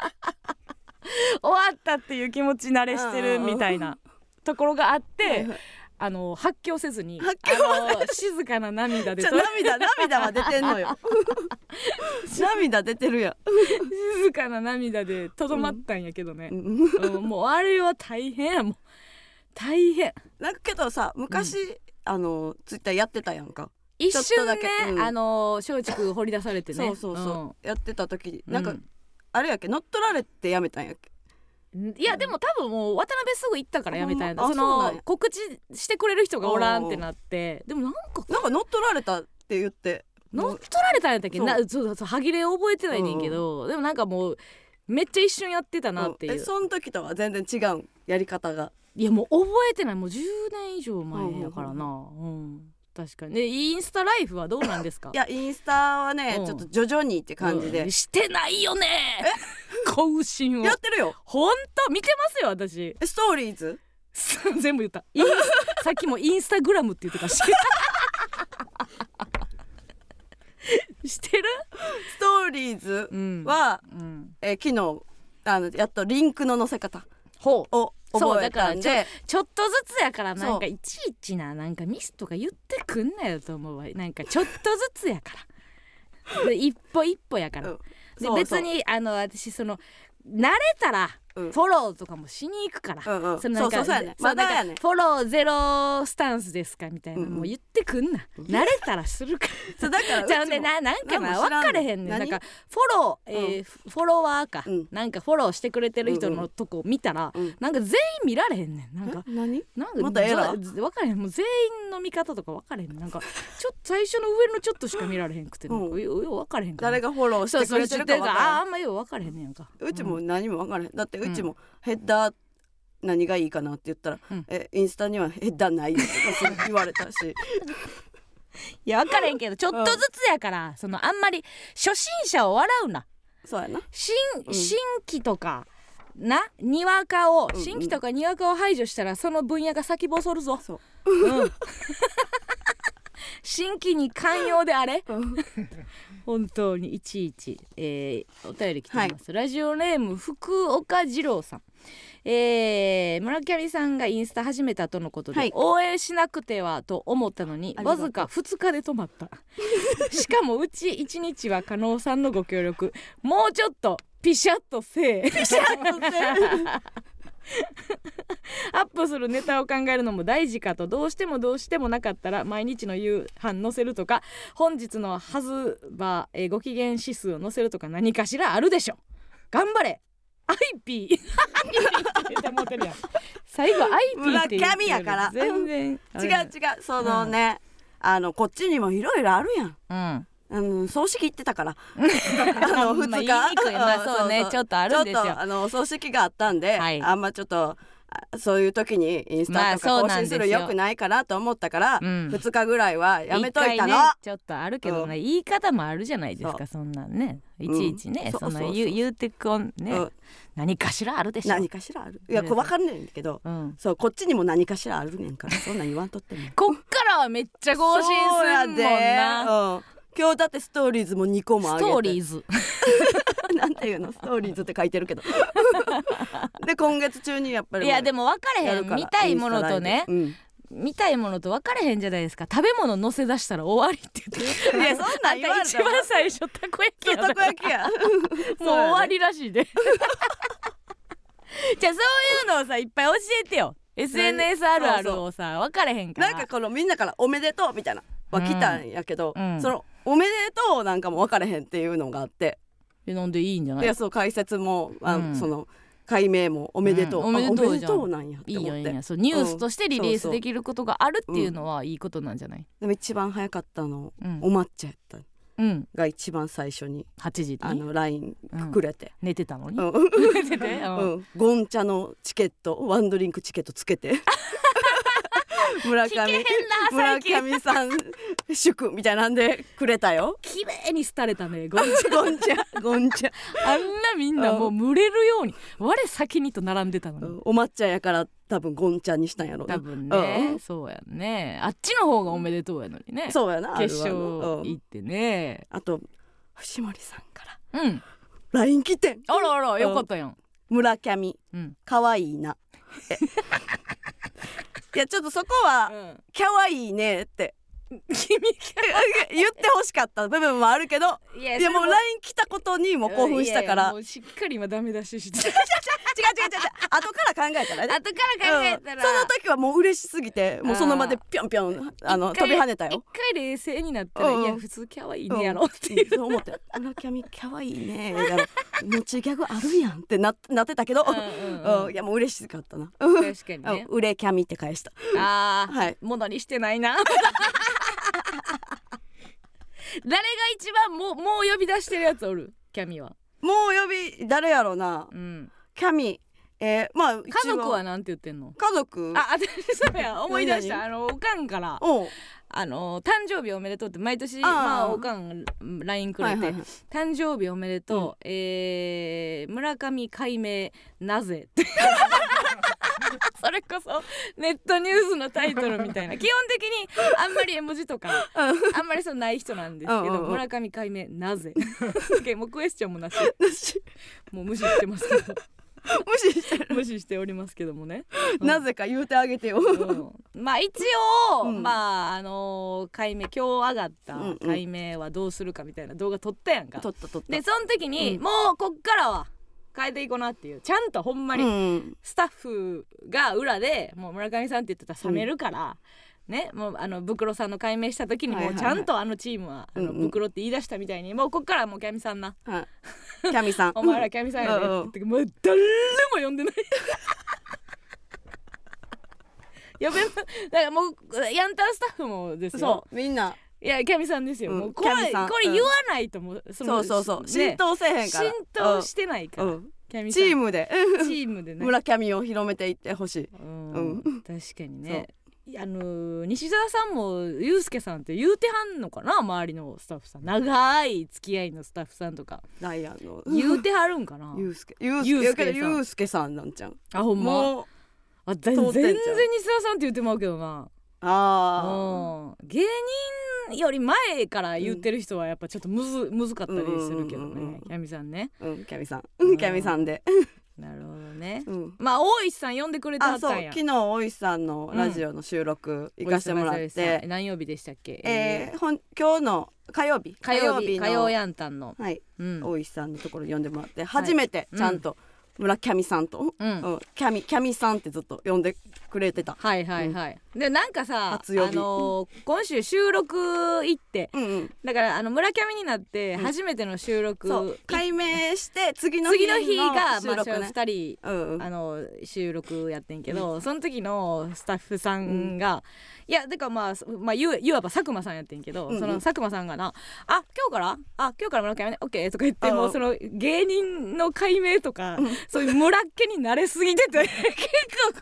Speaker 2: 終わったっていう気持ち慣れしてるみたいなところがあって、
Speaker 1: はいはい
Speaker 2: あの発狂せずに
Speaker 1: 発
Speaker 2: あの静かな涙で
Speaker 1: じゃあ
Speaker 2: と
Speaker 1: 涙涙は出てんの よ涙出てるやん
Speaker 2: 静かな涙でとどまったんやけどね
Speaker 1: う、ん
Speaker 2: うんもうあれは大変やもう大変
Speaker 1: なんかけどさ昔、あのツイッターやってたやんか、
Speaker 2: 一
Speaker 1: ちょっ
Speaker 2: 瞬
Speaker 1: と
Speaker 2: ね
Speaker 1: だけうん
Speaker 2: あの松竹掘り出されてね
Speaker 1: そうそうそう、やってた時
Speaker 2: うん
Speaker 1: なんか、
Speaker 2: う
Speaker 1: あれやっけ乗っ取られてやめたんやっけ
Speaker 2: んいやでも多分もう渡辺すぐ行ったからやめたんや
Speaker 1: あそ
Speaker 2: そ
Speaker 1: うなん
Speaker 2: の
Speaker 1: や
Speaker 2: 告知してくれる人がおらんってなってでもなんか
Speaker 1: なんか乗っ取られたって言って
Speaker 2: 乗っ取られたんやったっけ
Speaker 1: そう
Speaker 2: なそうそう歯切れ覚えてないねんけどでもなんかもうめっちゃ一瞬やってたなってい
Speaker 1: うんえ
Speaker 2: う
Speaker 1: その時とは全然違うんやり方が
Speaker 2: いやもう覚えてないもう10年以上前やからなうん確かにでインスタライフはどうなんですか
Speaker 1: いやインスタはね、
Speaker 2: うん
Speaker 1: ちょっと徐々にって感じで、
Speaker 2: うんしてないよね 更新を
Speaker 1: やってるよ
Speaker 2: ほんと見てますよ私
Speaker 1: えストーリーズ
Speaker 2: 全部言ったインス さっきもインスタグラムって言っ てたししてる
Speaker 1: ストーリーズ
Speaker 2: うん
Speaker 1: は、
Speaker 2: うん
Speaker 1: え昨日あのやっとリンクの載せ方
Speaker 2: ほう
Speaker 1: を覚えたん
Speaker 2: そうだ
Speaker 1: で
Speaker 2: ちょっとずつやからなん
Speaker 1: そ
Speaker 2: か
Speaker 1: う
Speaker 2: いちいちななんかミスとか言ってくんなよと思うわなんかちょっとずつやからで一歩一歩やから、
Speaker 1: うんそう
Speaker 2: で
Speaker 1: そう
Speaker 2: 別にあの私その慣れたら
Speaker 1: うん
Speaker 2: フォローとかもしに行くから、
Speaker 1: うんうん
Speaker 2: そのなんか
Speaker 1: そうそうそうやね
Speaker 2: そう
Speaker 1: まだやね
Speaker 2: なんかフォローゼロスタンスですかみたいな、
Speaker 1: うんうん
Speaker 2: もう言ってくんな慣れたらするか
Speaker 1: そうだから
Speaker 2: ら
Speaker 1: う
Speaker 2: じ
Speaker 1: ち
Speaker 2: ゃ
Speaker 1: も
Speaker 2: あねななんかな
Speaker 1: 何も知
Speaker 2: 分
Speaker 1: らん
Speaker 2: かれへんねんなん
Speaker 1: 何
Speaker 2: かフォロー、えーフォロワーか、
Speaker 1: うん
Speaker 2: なんかフォローしてくれてる人のとこ見たら、
Speaker 1: うん
Speaker 2: なんか全員見られへんねんなんか
Speaker 1: え何
Speaker 2: なんか
Speaker 1: またエラー
Speaker 2: ず分からへんもう全員の見方とか分からへんなんかちょっと最初の上のちょっとしか見られへんくて、
Speaker 1: うん
Speaker 2: なんかよよう分からへんから
Speaker 1: 誰がフォローし
Speaker 2: そう
Speaker 1: て
Speaker 2: そ
Speaker 1: く
Speaker 2: う
Speaker 1: れ
Speaker 2: 知
Speaker 1: て
Speaker 2: っ
Speaker 1: る
Speaker 2: て
Speaker 1: か
Speaker 2: る
Speaker 1: わ
Speaker 2: か
Speaker 1: から
Speaker 2: らあ
Speaker 1: ん
Speaker 2: んまよう分からへんねやんか
Speaker 1: うちも
Speaker 2: ん
Speaker 1: 何も分からへんだって
Speaker 2: ん
Speaker 1: うちもヘッダー何がいいかなって言ったら、
Speaker 2: うん
Speaker 1: えインスタにはヘッダーないよとかすぐ言われたし
Speaker 2: い や分からへんけどちょっとずつやから、そのあんまり初心者を笑うな
Speaker 1: そうやな
Speaker 2: 新
Speaker 1: ん
Speaker 2: 新規とか、なにわかを
Speaker 1: うん
Speaker 2: 新規とかにわかを排除したらその分野が先細るぞ、
Speaker 1: そう
Speaker 2: うん、 新規に寛容であれ
Speaker 1: うん
Speaker 2: 本当にいちいち、えーお便り来てます、ラジオネーム福岡二郎さん、えー村上さんがインスタ始めたとのことで、
Speaker 1: はい
Speaker 2: 応援しなくてはと思ったのに
Speaker 1: ありが
Speaker 2: わ
Speaker 1: とう
Speaker 2: ずか2日で止まったしかもうち1日は加納さんのご協力もうちょっとピシャッとせえアップするネタを考えるのも大事かとどうしてもどうしてもなかったら毎日の夕飯載せるとか本日のはずば、えーご機嫌指数を載せるとか何かしらあるでしょ頑張れアイピー最後アイピーって言って
Speaker 1: 村上
Speaker 2: る
Speaker 1: やから
Speaker 2: 全然
Speaker 1: 違う違うそのね、あのこっちにもいろいろあるやん
Speaker 2: うん
Speaker 1: あの葬式行ってたから あの2
Speaker 2: まあ
Speaker 1: 日、
Speaker 2: 言いにくいまあそうねちょっとあるんですよ
Speaker 1: ちょっとあの葬式があったんで、
Speaker 2: はい
Speaker 1: あんまちょっとあそういう時にインスタと
Speaker 2: まあ
Speaker 1: か
Speaker 2: そう
Speaker 1: 更
Speaker 2: なん
Speaker 1: 新
Speaker 2: です
Speaker 1: す
Speaker 2: よ
Speaker 1: るよくないかなと思ったから、
Speaker 2: うん
Speaker 1: 2日ぐらいはやめといた
Speaker 2: 一回
Speaker 1: の、
Speaker 2: ね、ちょっとあるけどね、言い方もあるじゃないですかそんなんねいちいちね、
Speaker 1: うん
Speaker 2: そんな
Speaker 1: そうそうそう
Speaker 2: 言う言うてこんね、
Speaker 1: うん
Speaker 2: 何かしらあるでしょ
Speaker 1: 何かしらあるいやこれ分かんないんだけど、
Speaker 2: うん、
Speaker 1: そうこっちにも何かしらあるねんからそんなん言わんとっても
Speaker 2: こっからはめっちゃ 更新するもん
Speaker 1: そうやで、
Speaker 2: な
Speaker 1: うん今日だってストーリーズも2個も上
Speaker 2: ス
Speaker 1: げて
Speaker 2: トーリーズ
Speaker 1: なんていうのストーリーズって書いて るけどで今月中にやっぱり
Speaker 2: いやでも分かれ
Speaker 1: や
Speaker 2: へ
Speaker 1: る
Speaker 2: ん
Speaker 1: から
Speaker 2: 見たいものとね
Speaker 1: インス
Speaker 2: 見たいものと分かれへんじゃないですか食べ物乗せ出したら終わりって言って
Speaker 1: タライブうんいやそんなん言わ
Speaker 2: あ
Speaker 1: れ
Speaker 2: んた
Speaker 1: た
Speaker 2: 一番最初たこ焼きや
Speaker 1: らたこ焼きや
Speaker 2: もう終わりらしいで じゃあそういうのをさいっぱい教えてよ SNS あるあるをさ分かれへんから
Speaker 1: なんかこのみんなから「おめでとう」みたいなは来たんやけど、
Speaker 2: うんうん
Speaker 1: その「おめでとう」なんかも分かれへんっていうのがあって、
Speaker 2: えなんでいいんじゃない
Speaker 1: でそう解説もあ、
Speaker 2: うん
Speaker 1: その解明も「おめでとう」
Speaker 2: うんおめでとう
Speaker 1: あおめでと
Speaker 2: じゃ
Speaker 1: うなんやっ
Speaker 2: い
Speaker 1: て
Speaker 2: い
Speaker 1: 思
Speaker 2: よ
Speaker 1: っ
Speaker 2: いい
Speaker 1: て
Speaker 2: よそうニュースとしてリリー
Speaker 1: そう
Speaker 2: ス
Speaker 1: そう
Speaker 2: できることがあるっていうのはいいことなんじゃない
Speaker 1: でも一番早かったの、
Speaker 2: うん
Speaker 1: お抹茶やった
Speaker 2: うん
Speaker 1: が一番最初に
Speaker 2: 8時
Speaker 1: あ
Speaker 2: に
Speaker 1: の LINE くれて、
Speaker 2: 寝てたのに
Speaker 1: うん
Speaker 2: 寝ててうん
Speaker 1: うん、ゴンチャのチケットワンドリンクチケットつけ て村上
Speaker 2: 聞けへんな
Speaker 1: 村
Speaker 2: 最近
Speaker 1: 上さん祝みたいなんでくれたよ
Speaker 2: 綺麗に廃れたねゴン
Speaker 1: ゴンチャゴンチャ
Speaker 2: あんなみんなもう群れるように我先にと並んでたの
Speaker 1: う
Speaker 2: に
Speaker 1: んお抹茶やから多分ゴンチャにしたんやろうな
Speaker 2: 多分ね、
Speaker 1: うん
Speaker 2: そうやんねあっちの方がおめでとうやのにね
Speaker 1: そうやな
Speaker 2: 決
Speaker 1: あ
Speaker 2: 勝
Speaker 1: るわなう
Speaker 2: 行
Speaker 1: ん
Speaker 2: ってね
Speaker 1: あと藤森さんから
Speaker 2: うん、
Speaker 1: LINE 来てん
Speaker 2: あらあらよかったやん、
Speaker 1: 村上
Speaker 2: うん
Speaker 1: かわいいな えいやちょっとそこは「かわいいね」って
Speaker 2: 君
Speaker 1: 言ってほしかった部分もあるけど
Speaker 2: いや
Speaker 1: いやもう
Speaker 2: それ
Speaker 1: LINE 来たことにもう興奮したか
Speaker 2: いやいや
Speaker 1: ら
Speaker 2: もうしっかり今ダメ出し して
Speaker 1: 違う違う違う違う後から考えたらね
Speaker 2: 後から考えたら、
Speaker 1: うんその時はもう嬉しすぎてもうその場でぴょんぴょんあの
Speaker 2: 一回
Speaker 1: 飛び跳ねたよ
Speaker 2: 一回冷静になったら、
Speaker 1: うん
Speaker 2: いや普通可愛いねやろっていう、
Speaker 1: うんそう思って「あのキャミかわいいね」みたいな「持ちギャグあるやん」ってななってたけど、
Speaker 2: うんうんうん
Speaker 1: うんいやもう嬉しかったな「
Speaker 2: 確かに
Speaker 1: う
Speaker 2: ね
Speaker 1: ん、、売れキャミ」って返した
Speaker 2: ああ、
Speaker 1: はい
Speaker 2: ものにしてない な誰が一番もうもう呼び出してるやつおるキャミは、
Speaker 1: もう呼び誰やろうな
Speaker 2: うん、
Speaker 1: キャミえー、まあ
Speaker 2: 家族は
Speaker 1: 一応
Speaker 2: なんて言ってんの
Speaker 1: 家族
Speaker 2: あ、私 そうや思い出したあのおかんから
Speaker 1: おう
Speaker 2: あの誕生日おめでとうって毎年
Speaker 1: あー
Speaker 2: まあおかん LINE くれて、
Speaker 1: はいはいはい
Speaker 2: 誕生日おめでとう、えー村上解明なぜ」 ってそれこそネットニュースのタイトルみた いな基本的にあんまり絵文字とかあんまりそうない人なんですけど
Speaker 1: うんうんうん
Speaker 2: 村上解明 なぜ」もうクエスチョンもなし
Speaker 1: 私
Speaker 2: もう無視してますけど
Speaker 1: 無視してる
Speaker 2: 無視しておりますけどもね。 うん
Speaker 1: なぜか言うてあげてよ
Speaker 2: うんまあ一応、
Speaker 1: うん
Speaker 2: まああのー解明今日上がった
Speaker 1: うんうん
Speaker 2: 解明はどうするかみたいな動画撮ったやんか、
Speaker 1: とっととっと
Speaker 2: でその時に、
Speaker 1: うん
Speaker 2: もうこっからは変えていこうなっていうちゃんとほんま
Speaker 1: う
Speaker 2: に
Speaker 1: ん
Speaker 2: スタッフが裏でもう村上さんって言ってたら冷めるから、ねもうあの袋さんの解明した時に
Speaker 1: はい
Speaker 2: も
Speaker 1: は
Speaker 2: う
Speaker 1: いはい
Speaker 2: ちゃんとあのチームは「あの
Speaker 1: うんうん
Speaker 2: 袋」って言い出したみたいにもうこっからはもうキャミさんな
Speaker 1: はいキャミさん
Speaker 2: お前らキャミさんやでって言ってもう誰も呼んでない やべえだからもうヤンタンスタッフもですよ
Speaker 1: そうみんない
Speaker 2: やキャミさんですよ、
Speaker 1: うん
Speaker 2: もうこれ
Speaker 1: キャミさん
Speaker 2: これ言わないともうそ
Speaker 1: そうそうそう浸透せえへんから
Speaker 2: 浸透してないから、
Speaker 1: うん
Speaker 2: キャミさ
Speaker 1: チ
Speaker 2: ん
Speaker 1: ームで
Speaker 2: チームでね
Speaker 1: 村上を広めていってほしい
Speaker 2: うん、
Speaker 1: う
Speaker 2: 確かにねいやあのー西澤さんもユうスケさんって言うてはんのかな周りのスタッフさん長い付き合いのスタッフさんとか
Speaker 1: ダイアンの
Speaker 2: 言うてはるんかな
Speaker 1: ゆうすけゆう
Speaker 2: ゆうす
Speaker 1: すけ
Speaker 2: けさ
Speaker 1: や
Speaker 2: ん
Speaker 1: けどゆうすけさんなんちゃん
Speaker 2: あほんま
Speaker 1: もう
Speaker 2: あ全
Speaker 1: 通っ
Speaker 2: 然
Speaker 1: てん
Speaker 2: 全
Speaker 1: じゃ
Speaker 2: 然
Speaker 1: ん
Speaker 2: 西澤さんって言ってまうけどな
Speaker 1: あ
Speaker 2: うん芸人より前から言ってる人はやっぱちょっとむずむずかったりするけど
Speaker 1: うんうんうんうんうん
Speaker 2: ねキャミさんね
Speaker 1: あうんキャミさん
Speaker 2: うん
Speaker 1: キャミさんで
Speaker 2: なるほどね
Speaker 1: うん
Speaker 2: まあ大石さん呼んでくれては
Speaker 1: あ
Speaker 2: っ
Speaker 1: そう
Speaker 2: たんや
Speaker 1: 昨日大石さんのラジオの収録行かしてもらっ
Speaker 2: 大石さん
Speaker 1: て
Speaker 2: 何曜日でしたっけ
Speaker 1: え
Speaker 2: ー
Speaker 1: ーほん今日の火曜日
Speaker 2: 火曜日
Speaker 1: の
Speaker 2: 火曜ヤンタンの
Speaker 1: はい
Speaker 2: うん
Speaker 1: 大石さんのところ呼んでもらって初めてちゃんと村キャミさんと、
Speaker 2: うん
Speaker 1: うんキャミキャミさんってずっと呼んでくれてた。
Speaker 2: はいはいはい、でなんかさあ
Speaker 1: 初呼び
Speaker 2: のー今週収録行って
Speaker 1: うんうん、
Speaker 2: だからあの村キャミになって初めての収録、
Speaker 1: そう解明して次の
Speaker 2: 次
Speaker 1: 日
Speaker 2: の
Speaker 1: の
Speaker 2: 日が
Speaker 1: 収録ね。
Speaker 2: 2人
Speaker 1: うんうん
Speaker 2: あの収録やってんけど、その時のスタッフさんが、いやだからまあ、そまあ、言う言わば佐久間さんやってんけど、
Speaker 1: うんうん
Speaker 2: その佐久間さんがな「あ今日からあ今日から村上ねオッケー」とか言って
Speaker 1: あー
Speaker 2: もうその芸人の解明とか、そういう村っ気に慣れすぎて て結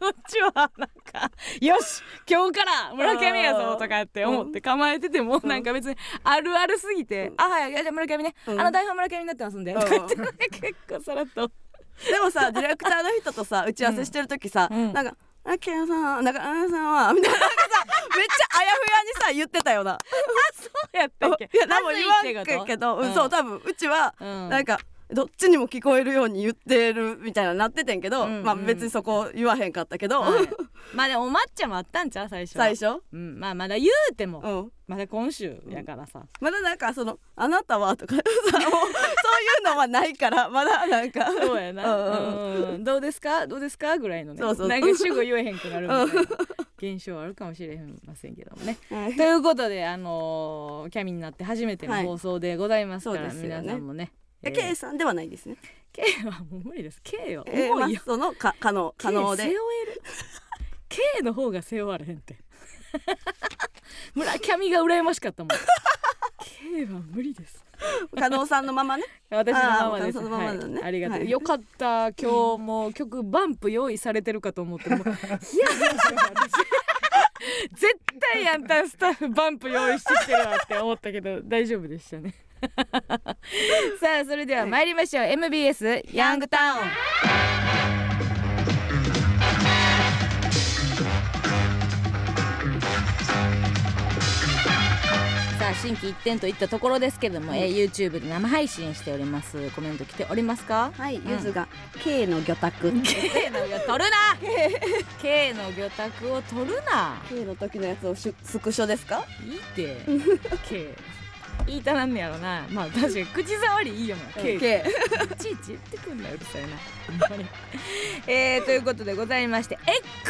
Speaker 2: 構こっちはなんか「よし今日から村上やぞ」とかって思って構えてても、なんか別にあるあるすぎて「あはいいやじゃあ村上ね、
Speaker 1: うん
Speaker 2: あの台本村上になってますんで」とか言って結構さらっと。
Speaker 1: でもさディレクターの人とさ打ち合わせしてる時さ、
Speaker 2: うん
Speaker 1: なんか「あきらさん中村さんは」みたいななんかさめっちゃあやふやにさ言ってたよな。
Speaker 2: やったっけ
Speaker 1: いや何も言わ
Speaker 2: 恥ずいって
Speaker 1: ん
Speaker 2: こと
Speaker 1: けど、うん
Speaker 2: ん
Speaker 1: そう多分うちは
Speaker 2: うん
Speaker 1: なんか。どっちにも聞こえるように言ってるみたいななっててんけど、
Speaker 2: うんうん
Speaker 1: まあ別にそこ言わへんかったけど、
Speaker 2: はいまあでもお抹茶もあったんちゃう最初は
Speaker 1: 最初、
Speaker 2: うんまあまだ言うても、
Speaker 1: うん、
Speaker 2: まだ今週やからさ、
Speaker 1: まだなんかその「あなたは?」とか さもうそういうのはないからまだなんか
Speaker 2: そうやな、
Speaker 1: うんうん
Speaker 2: うんどうですかどうですかぐらいのね
Speaker 1: そうそう
Speaker 2: なんか主語言えへんくなるみたいな現象はあるかもしれませんけどもね。
Speaker 1: はい
Speaker 2: ということであのーキャミになって初めての放送でございますから、
Speaker 1: はいそうですよね
Speaker 2: 皆さんもね。え
Speaker 1: え
Speaker 2: ー
Speaker 1: K さんではないですね。
Speaker 2: K はもう無理です K は
Speaker 1: えーま
Speaker 2: 重いよ、
Speaker 1: あ、そのか可能可能で
Speaker 2: 背負え る K の方が背負われへんって村上が羨ましかったもん K は無理です
Speaker 1: 可能さんのままね。
Speaker 2: 私のままです
Speaker 1: あー岡田さんのままだね
Speaker 2: はい、ありがとう、
Speaker 1: はい
Speaker 2: よかった今日もう曲バンプ用意されてるかと思ってもういや 絶対やんたんスタッフバンプ用意してきてるわって思ったけど大丈夫でした ねさあそれでは参りましょう MBS ヤングタウンさあ新規一点といったところですけれども、えー YouTube で生配信しておりますコメント来ておりますか
Speaker 1: はい、
Speaker 2: ん
Speaker 1: ゆずが K の魚拓
Speaker 2: K の魚取るな K の魚卓を取るな
Speaker 1: K の時のやつをしスクショですか？
Speaker 2: いいって K 言いたなんねやろなまあ確かに口触りいいよな K いちいち言ってくんなうるさいなほんまに えー、ということでございまして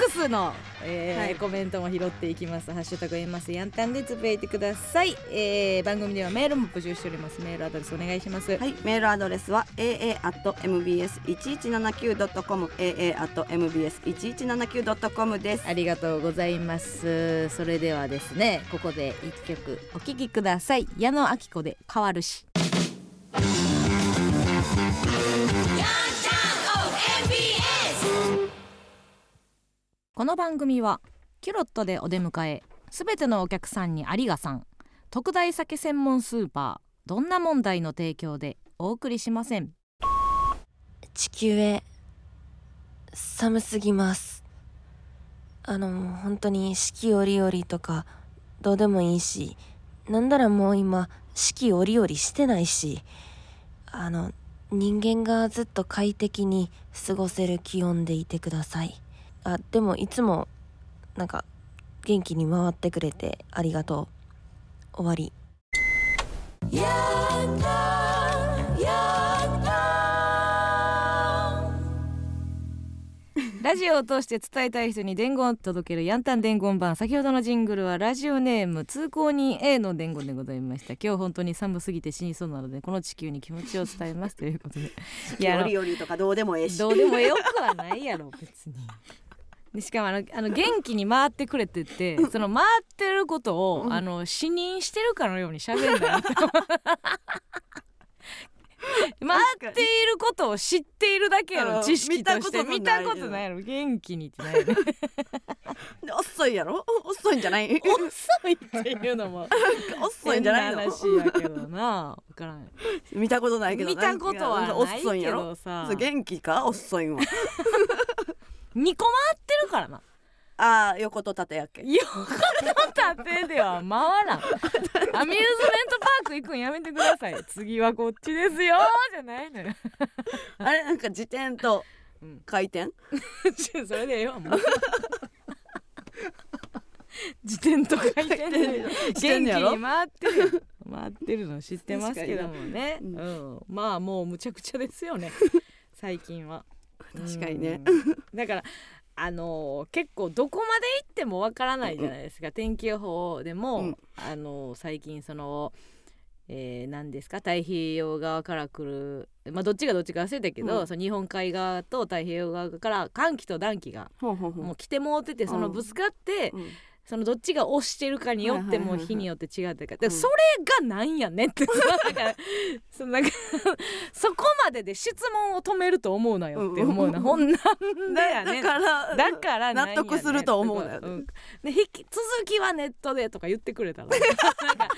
Speaker 2: X の、えー
Speaker 1: はい
Speaker 2: コメントも拾っていきます「ハッシュタグエますやんたん」でつぶやいてください、えー、番組ではメールも募集しておりますメールアドレスお願いします、
Speaker 1: はい、メールアドレスは aa at mbs 一一七九ドットコム aa at mbs 一一七九ドットコムです。
Speaker 2: ありがとうございますそれではですねここで一曲お聴きください矢野明子で変わるしこの番組はキュロットでお出迎えすべてのお客さんにありがさん特大酒専門スーパーどんな問題の提供でお送りしません
Speaker 3: 地球へ寒すぎますあの本当に四季折々とかどうでもいいしなんだらもう今四季折々してないしあの人間がずっと快適に過ごせる気温でいてくださいあでもいつもなんか元気に回ってくれてありがとう終わり
Speaker 2: ラジオを通して伝えたい人に伝言を届けるヤンタン伝言版先ほどのジングルはラジオネーム通行人 A の伝言でございました今日本当に寒すぎて死にそうなのでこの地球に気持ちを伝えますということで いやあ
Speaker 1: よ
Speaker 2: の
Speaker 1: りよりとかどうでもええし。
Speaker 2: どうでもよくはないやろ別に。でしかもあのあの元気に回ってくれててその回ってることを、あの死認してるかのように喋るんだな回っていることを知っているだけや
Speaker 1: う
Speaker 2: ろ
Speaker 1: ん
Speaker 2: 知識として見
Speaker 1: 見
Speaker 2: た
Speaker 1: た
Speaker 2: こ
Speaker 1: ことと
Speaker 2: な
Speaker 1: ない
Speaker 2: いやろ元気にってない よね
Speaker 1: で遅いやろ？遅いんじゃない？
Speaker 2: 遅いっていうの も
Speaker 1: 遅いんじゃないの？
Speaker 2: 変な話やけどな分からん
Speaker 1: 見たことないけど
Speaker 2: 見たことはないけ
Speaker 1: 遅いんや
Speaker 2: ど
Speaker 1: ろ
Speaker 2: さ
Speaker 1: そう元気か遅いんは
Speaker 2: 2個回ってるからな
Speaker 1: ああ横と縦やっけ
Speaker 2: 横の縦で は回らんアミューズメントパーク行くんやめてください次はこっちですよじゃないのよ
Speaker 1: あれなんか時点と
Speaker 2: うん
Speaker 1: 回転、
Speaker 2: それでええわもう自転と回転で元
Speaker 1: し
Speaker 2: 気
Speaker 1: てんねやろ
Speaker 2: に回 ってるやん回ってるの知ってますけどもね、
Speaker 1: 確か
Speaker 2: う
Speaker 1: に
Speaker 2: んまあもうむちゃくちゃですよね最近は
Speaker 1: 確かにね
Speaker 2: うんだからあのー結構どこまで行ってもわからないじゃないですか、天気予報でも、
Speaker 1: うん
Speaker 2: あのー最近その、えー何ですか太平洋側から来るまあどっちがどっちか忘れたけど、
Speaker 1: うん
Speaker 2: その日本海側と太平洋側から寒気と暖気が
Speaker 1: ほうほうほう
Speaker 2: もう来てもうててその
Speaker 1: うん
Speaker 2: ぶつかって、
Speaker 1: うん
Speaker 2: そのどっちが押してるかによっ
Speaker 1: はいはい
Speaker 2: て
Speaker 1: はいは
Speaker 2: も
Speaker 1: いう
Speaker 2: 日によって違うっていうかで
Speaker 1: うん
Speaker 2: それがなんやねんってだからそのなんかそこまでで質問を止めると思うなよって思うな、
Speaker 1: うん
Speaker 2: ほんなんでや
Speaker 1: だ
Speaker 2: ねん
Speaker 1: だから
Speaker 2: だからなんやね
Speaker 1: 納
Speaker 2: ん
Speaker 1: 得すると思うなよ
Speaker 2: んで引き続きはネットでとか言ってく れたらなんかこれが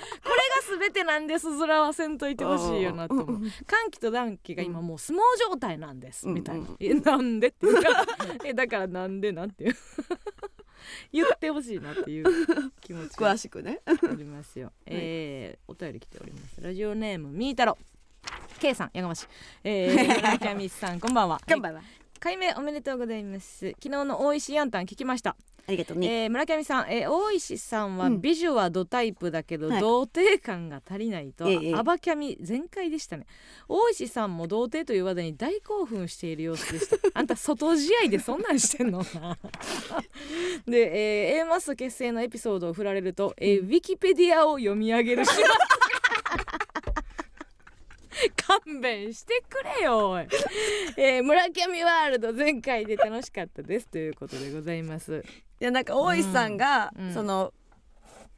Speaker 2: 全てなんですずらはせんといてほしいよなと思う
Speaker 1: うんうん
Speaker 2: 寒気と暖気が今もう相撲状態なんです、
Speaker 1: うん
Speaker 2: みたいな
Speaker 1: うん
Speaker 2: 「えなんで?」って言うからえだからなんでなんていう 言ってほしいなっていう気持ちが
Speaker 1: 詳しくね
Speaker 2: おりま すよ、えーお便り来ておりますラジオネームみーたろ K さんやがましいえー、村上さんこんばん は
Speaker 1: 張は
Speaker 2: 解明おめでとうございます昨日の大石ヤンタン聞きました、
Speaker 1: ありがとうね
Speaker 2: えー村上さん、えー大石さんは
Speaker 1: うん
Speaker 2: ビジュはドタイプだけど、
Speaker 1: はい
Speaker 2: 童貞感が足りないと、
Speaker 1: ええ
Speaker 2: アバキャミ全開でしたね大石さんも童貞という話題に大興奮している様子でした あんた外試合でそんなんしてんの で、えー A マス結成のエピソードを振られると、えーウィキペディアを読み上げる始末 勘弁してくれよおいえー、村上ワールド前回で楽しかったですということでございます。
Speaker 1: いやなんか大石さんが、
Speaker 2: うん
Speaker 1: その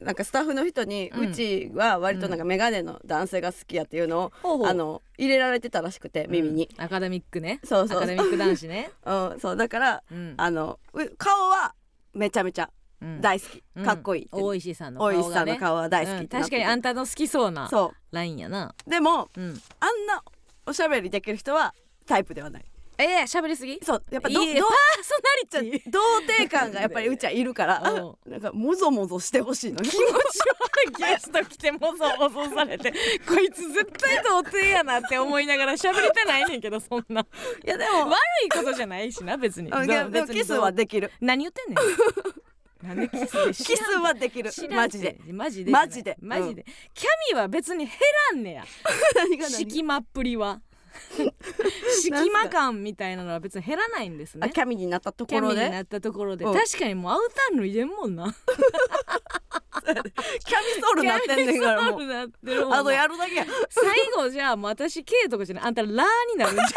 Speaker 1: なんかスタッフの人に、
Speaker 2: う
Speaker 1: うんちは割となんか眼鏡の男性が好きやっていうのを、
Speaker 2: ほうほう
Speaker 1: あの入れられてたらしくて耳に、
Speaker 2: アカデミックね。
Speaker 1: そうそう
Speaker 2: アカデミック男 子ね。
Speaker 1: うんそうだから
Speaker 2: うん。
Speaker 1: あのう顔はめちゃめちゃ
Speaker 2: うん
Speaker 1: 大好き、
Speaker 2: うん
Speaker 1: かっこいいって、
Speaker 2: 大石さんの
Speaker 1: 大
Speaker 2: 顔
Speaker 1: 石さ
Speaker 2: が
Speaker 1: んの
Speaker 2: ね。
Speaker 1: 顔は大好き
Speaker 2: う
Speaker 1: っ
Speaker 2: ん
Speaker 1: てなって
Speaker 2: 確か
Speaker 1: て
Speaker 2: にあんたの好きそうな
Speaker 1: そ
Speaker 2: ラインやな。
Speaker 1: うでも
Speaker 2: うん。
Speaker 1: あんなおしゃべりできる人はタイプではない
Speaker 2: えー、喋りすぎ？
Speaker 1: そう やっぱ
Speaker 2: い
Speaker 1: ど
Speaker 2: いえ
Speaker 1: ど
Speaker 2: パーソナリティ。
Speaker 1: 童貞感がやっぱりうちはいるから
Speaker 2: う
Speaker 1: なんかもぞもぞしてほしいのに
Speaker 2: 気持ち悪いゲスト来てもぞもぞされて こいつ絶対童貞やなって思いながら喋りたないねんけどそん な
Speaker 1: いやで
Speaker 2: 悪
Speaker 1: も
Speaker 2: いことじゃないしな別に
Speaker 1: うんでもでも
Speaker 2: 別に
Speaker 1: キスはできる
Speaker 2: 何言ってんねん なんでキスで
Speaker 1: キスはできる
Speaker 2: 知らん
Speaker 1: マジで
Speaker 2: マジで
Speaker 1: マジで
Speaker 2: マジで、キャミは別に減らんねや
Speaker 1: 何が何
Speaker 2: 隙間っぷ りは隙間感みたいなのは別に減らないんです
Speaker 1: あ
Speaker 2: ね
Speaker 1: キャミになったと
Speaker 2: キ
Speaker 1: こ
Speaker 2: ャミ
Speaker 1: ろ
Speaker 2: に
Speaker 1: で
Speaker 2: なったところで、
Speaker 1: うん
Speaker 2: 確かにもうアウター脱いでんもんな
Speaker 1: キャミソールなってんねんからも
Speaker 2: キャミ
Speaker 1: う
Speaker 2: ソールなってるもんな
Speaker 1: あとやるだけや
Speaker 2: 最後じゃあもう私 K とかじゃないあん たラーになるんじゃん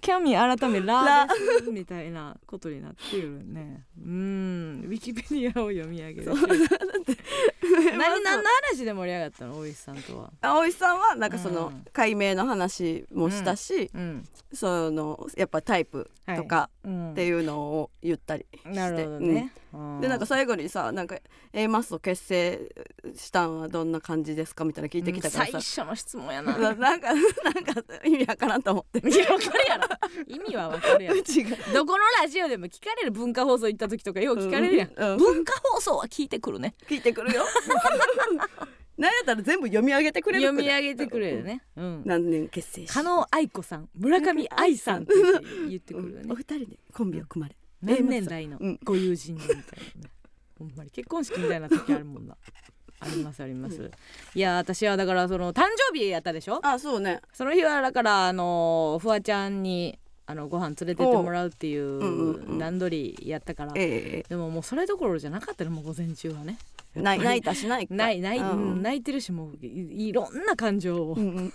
Speaker 2: キャミ改めラーですみたいなことになってるねうんウィキペディアを読み上げる何何の話で盛り上がったの大石さんとは
Speaker 1: 葵さんはなんかその
Speaker 2: うん
Speaker 1: 解明の話もしたし
Speaker 2: うん
Speaker 1: そのやっぱタイプとか
Speaker 2: うん
Speaker 1: っていうのを言ったりして
Speaker 2: なるほどね、
Speaker 1: うんでなんか最後にさなんか A マスを結成したんはどんな感じですかみたいなの聞いてきたからさ
Speaker 2: 最初の質問やない
Speaker 1: な
Speaker 2: や
Speaker 1: なんか なんか意味わからんと思って
Speaker 2: わかるやろ意味はわかるやろ
Speaker 1: うちが
Speaker 2: どこのラジオでも聞かれる文化放送行った時とかよう聞かれるやん、
Speaker 1: うんうん
Speaker 2: 文化放送は聞いてくるね
Speaker 1: 聞いてくるよ なんやったら全部読み上げてくれる
Speaker 2: 読
Speaker 1: くらい
Speaker 2: み上げてくれるね、うん、
Speaker 1: 何年結成し
Speaker 2: 加納愛子さん村上愛さんって言ってくるよ
Speaker 1: うんお
Speaker 2: ね
Speaker 1: 二人でコンビを組まれ、
Speaker 2: 何年来の
Speaker 1: うん
Speaker 2: ご友人みたいなねほんまに結婚式みたいな時あるもんなありますあります、いや私はだからその誕生日やったでしょ
Speaker 1: あそうね
Speaker 2: その日はだからあのフワちゃんにあのご飯連れてってもらうってい
Speaker 1: おううんうんう
Speaker 2: うん段取りやったから、
Speaker 1: え
Speaker 2: でももうそれどころじゃなかったのもう午前中はね
Speaker 1: えない泣いたしないか
Speaker 2: ないない、
Speaker 1: うん
Speaker 2: 泣いてるしもういいろんな感情を
Speaker 1: うんうん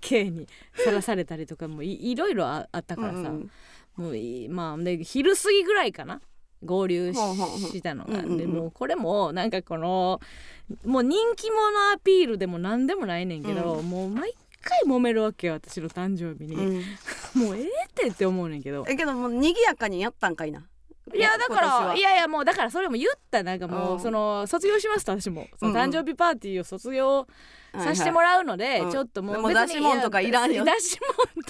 Speaker 2: K にさらされたりとかもいいろいろああったからさ、
Speaker 1: うんうん
Speaker 2: もういまあで昼過ぎぐらいかな合流し
Speaker 1: ほうほうほう
Speaker 2: したのが、
Speaker 1: うんうんうん
Speaker 2: でもうこれもなんかこのもう人気者アピールでも何でもないねんけど、もう毎回揉めるわけよ私の誕生日に、
Speaker 1: うん
Speaker 2: もうええってって思うねんけど
Speaker 1: えけどもう賑やかにやったんかいない
Speaker 2: やだか
Speaker 1: 今年
Speaker 2: ら
Speaker 1: はい
Speaker 2: やいやもうだからそれも言ったなんか
Speaker 1: う
Speaker 2: もうんその卒業しますと私もその
Speaker 1: うんうん
Speaker 2: 誕生日パーティーを卒業させても
Speaker 1: ら
Speaker 2: らうので、
Speaker 1: うん
Speaker 2: ちょっともう
Speaker 1: もう出し物とかいらんよ
Speaker 2: 出し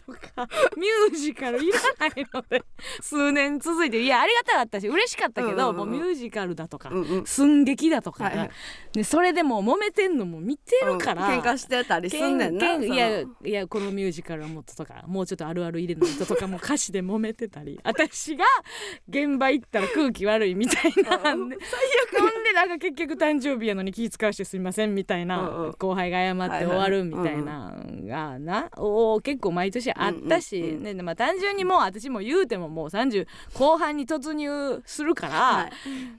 Speaker 2: 物とか ミュージカルいらないので数年続いていやありがたかったし嬉しかったけど、
Speaker 1: うんうんうん
Speaker 2: もうミュージカルだとか、
Speaker 1: うんうん
Speaker 2: 寸劇だとか、
Speaker 1: はいはい
Speaker 2: でそれでもう揉めてんのも見てるから、
Speaker 1: うん喧嘩してたりすんねんな
Speaker 2: けんけんいや
Speaker 1: その
Speaker 2: いやこのミュージカルはもっととかもうちょっとあるある入れの人とかも歌詞で 揉めてたり私が現場行ったら空気悪いみたいなんで
Speaker 1: 最
Speaker 2: ほんでなんか結局誕生日やのに気使うしすみませんみたいな、
Speaker 1: うんうん
Speaker 2: 後輩が謝って終わるみたいなのがな、おー結構毎年あった
Speaker 1: う
Speaker 2: し、
Speaker 1: んうんうん
Speaker 2: ねでまあ、単純にもう私も言うてももう30後半に突入するから、
Speaker 1: はい